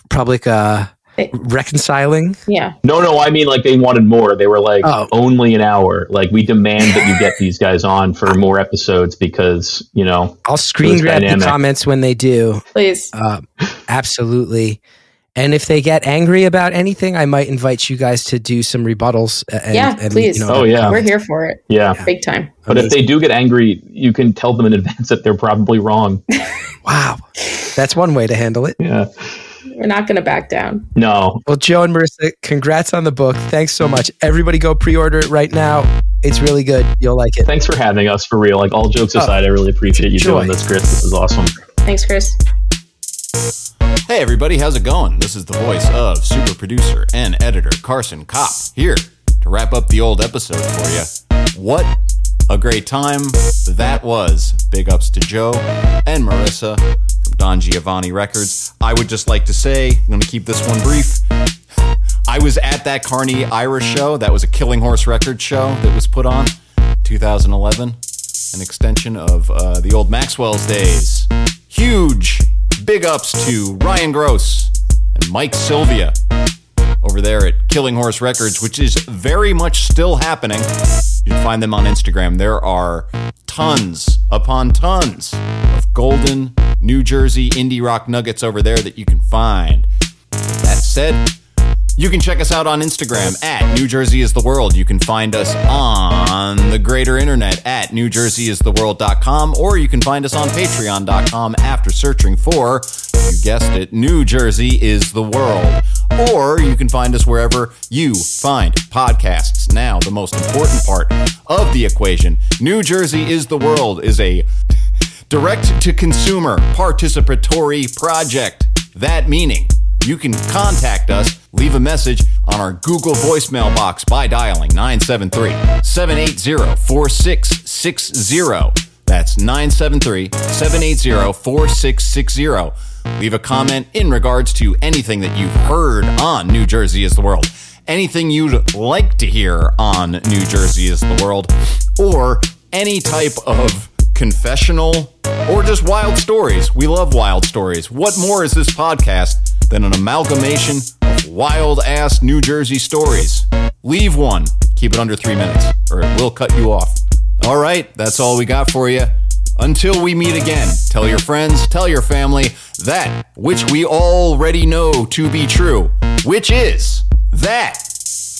Speaker 2: public uh
Speaker 4: Hey.
Speaker 2: reconciling
Speaker 4: Yeah.
Speaker 3: No, no, I mean like they wanted more. They were like
Speaker 2: Oh.
Speaker 3: only an hour. Like we demand that you get these guys on for more episodes because, you know,
Speaker 2: i'll screen
Speaker 3: Those
Speaker 2: grab the
Speaker 3: dynamic.
Speaker 2: comments when they do
Speaker 4: Please.
Speaker 2: uh, absolutely and if they get angry about anything i might invite you guys to do some rebuttals a- and,
Speaker 4: Yeah,
Speaker 2: and,
Speaker 4: please.
Speaker 2: you know,
Speaker 3: Oh, yeah.
Speaker 4: We're here for it.
Speaker 3: yeah.
Speaker 4: Big time.
Speaker 3: But if they do get angry, you can tell them in advance that they're probably wrong.
Speaker 2: wow that's one way to handle it
Speaker 3: Yeah.
Speaker 4: We're not gonna back down.
Speaker 3: No.
Speaker 2: well joe and marissa congrats on the book thanks so much everybody go pre-order it right now it's really good you'll like it
Speaker 3: Thanks for having us for real. Like all jokes aside, I really appreciate you
Speaker 2: Joy.
Speaker 3: doing this, Chris. This is awesome.
Speaker 4: Thanks, Chris.
Speaker 5: Hey, everybody, how's it going? This is the voice of super producer and editor Carson Kopp here to wrap up the old episode for you. What a great time that was! Big ups to Joe and Marissa from Don Giovanni Records. I would just like to say, I'm going to keep this one brief. I was at that Carney Irish show. That was a Killing Horse Records show that was put on 2011, an extension of uh, the old Maxwell's days. Huge big ups to Ryan Gross and Mike Sylvia over there at Killing Horse Records, which is very much still happening. You can find them on Instagram. There are tons upon tons of golden New Jersey indie rock nuggets over there that you can find. That said, you can check us out on Instagram at New Jersey is the World. You can find us on the greater internet at newjerseyistheworld.com or you can find us on patreon.com after searching for, you guessed it, New Jersey is the World. Or you can find us wherever you find podcasts. Now, the most important part of the equation New Jersey is the World is a direct to consumer participatory project. That meaning you can contact us, leave a message on our Google voicemail box by dialing 973 780 4660. That's 973 780 4660. Leave a comment in regards to anything that you've heard on New Jersey is the World, anything you'd like to hear on New Jersey is the World, or any type of confessional, or just wild stories. We love wild stories. What more is this podcast than an amalgamation of wild ass New Jersey stories? Leave one. Keep it under three minutes, or it will cut you off. All right, that's all we got for you. Until we meet again, tell your friends, tell your family that which we already know to be true, which is that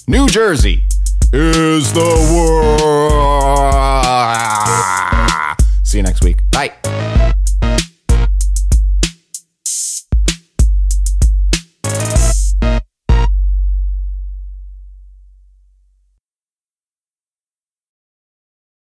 Speaker 5: New Jersey is the world. See you next week. Bye.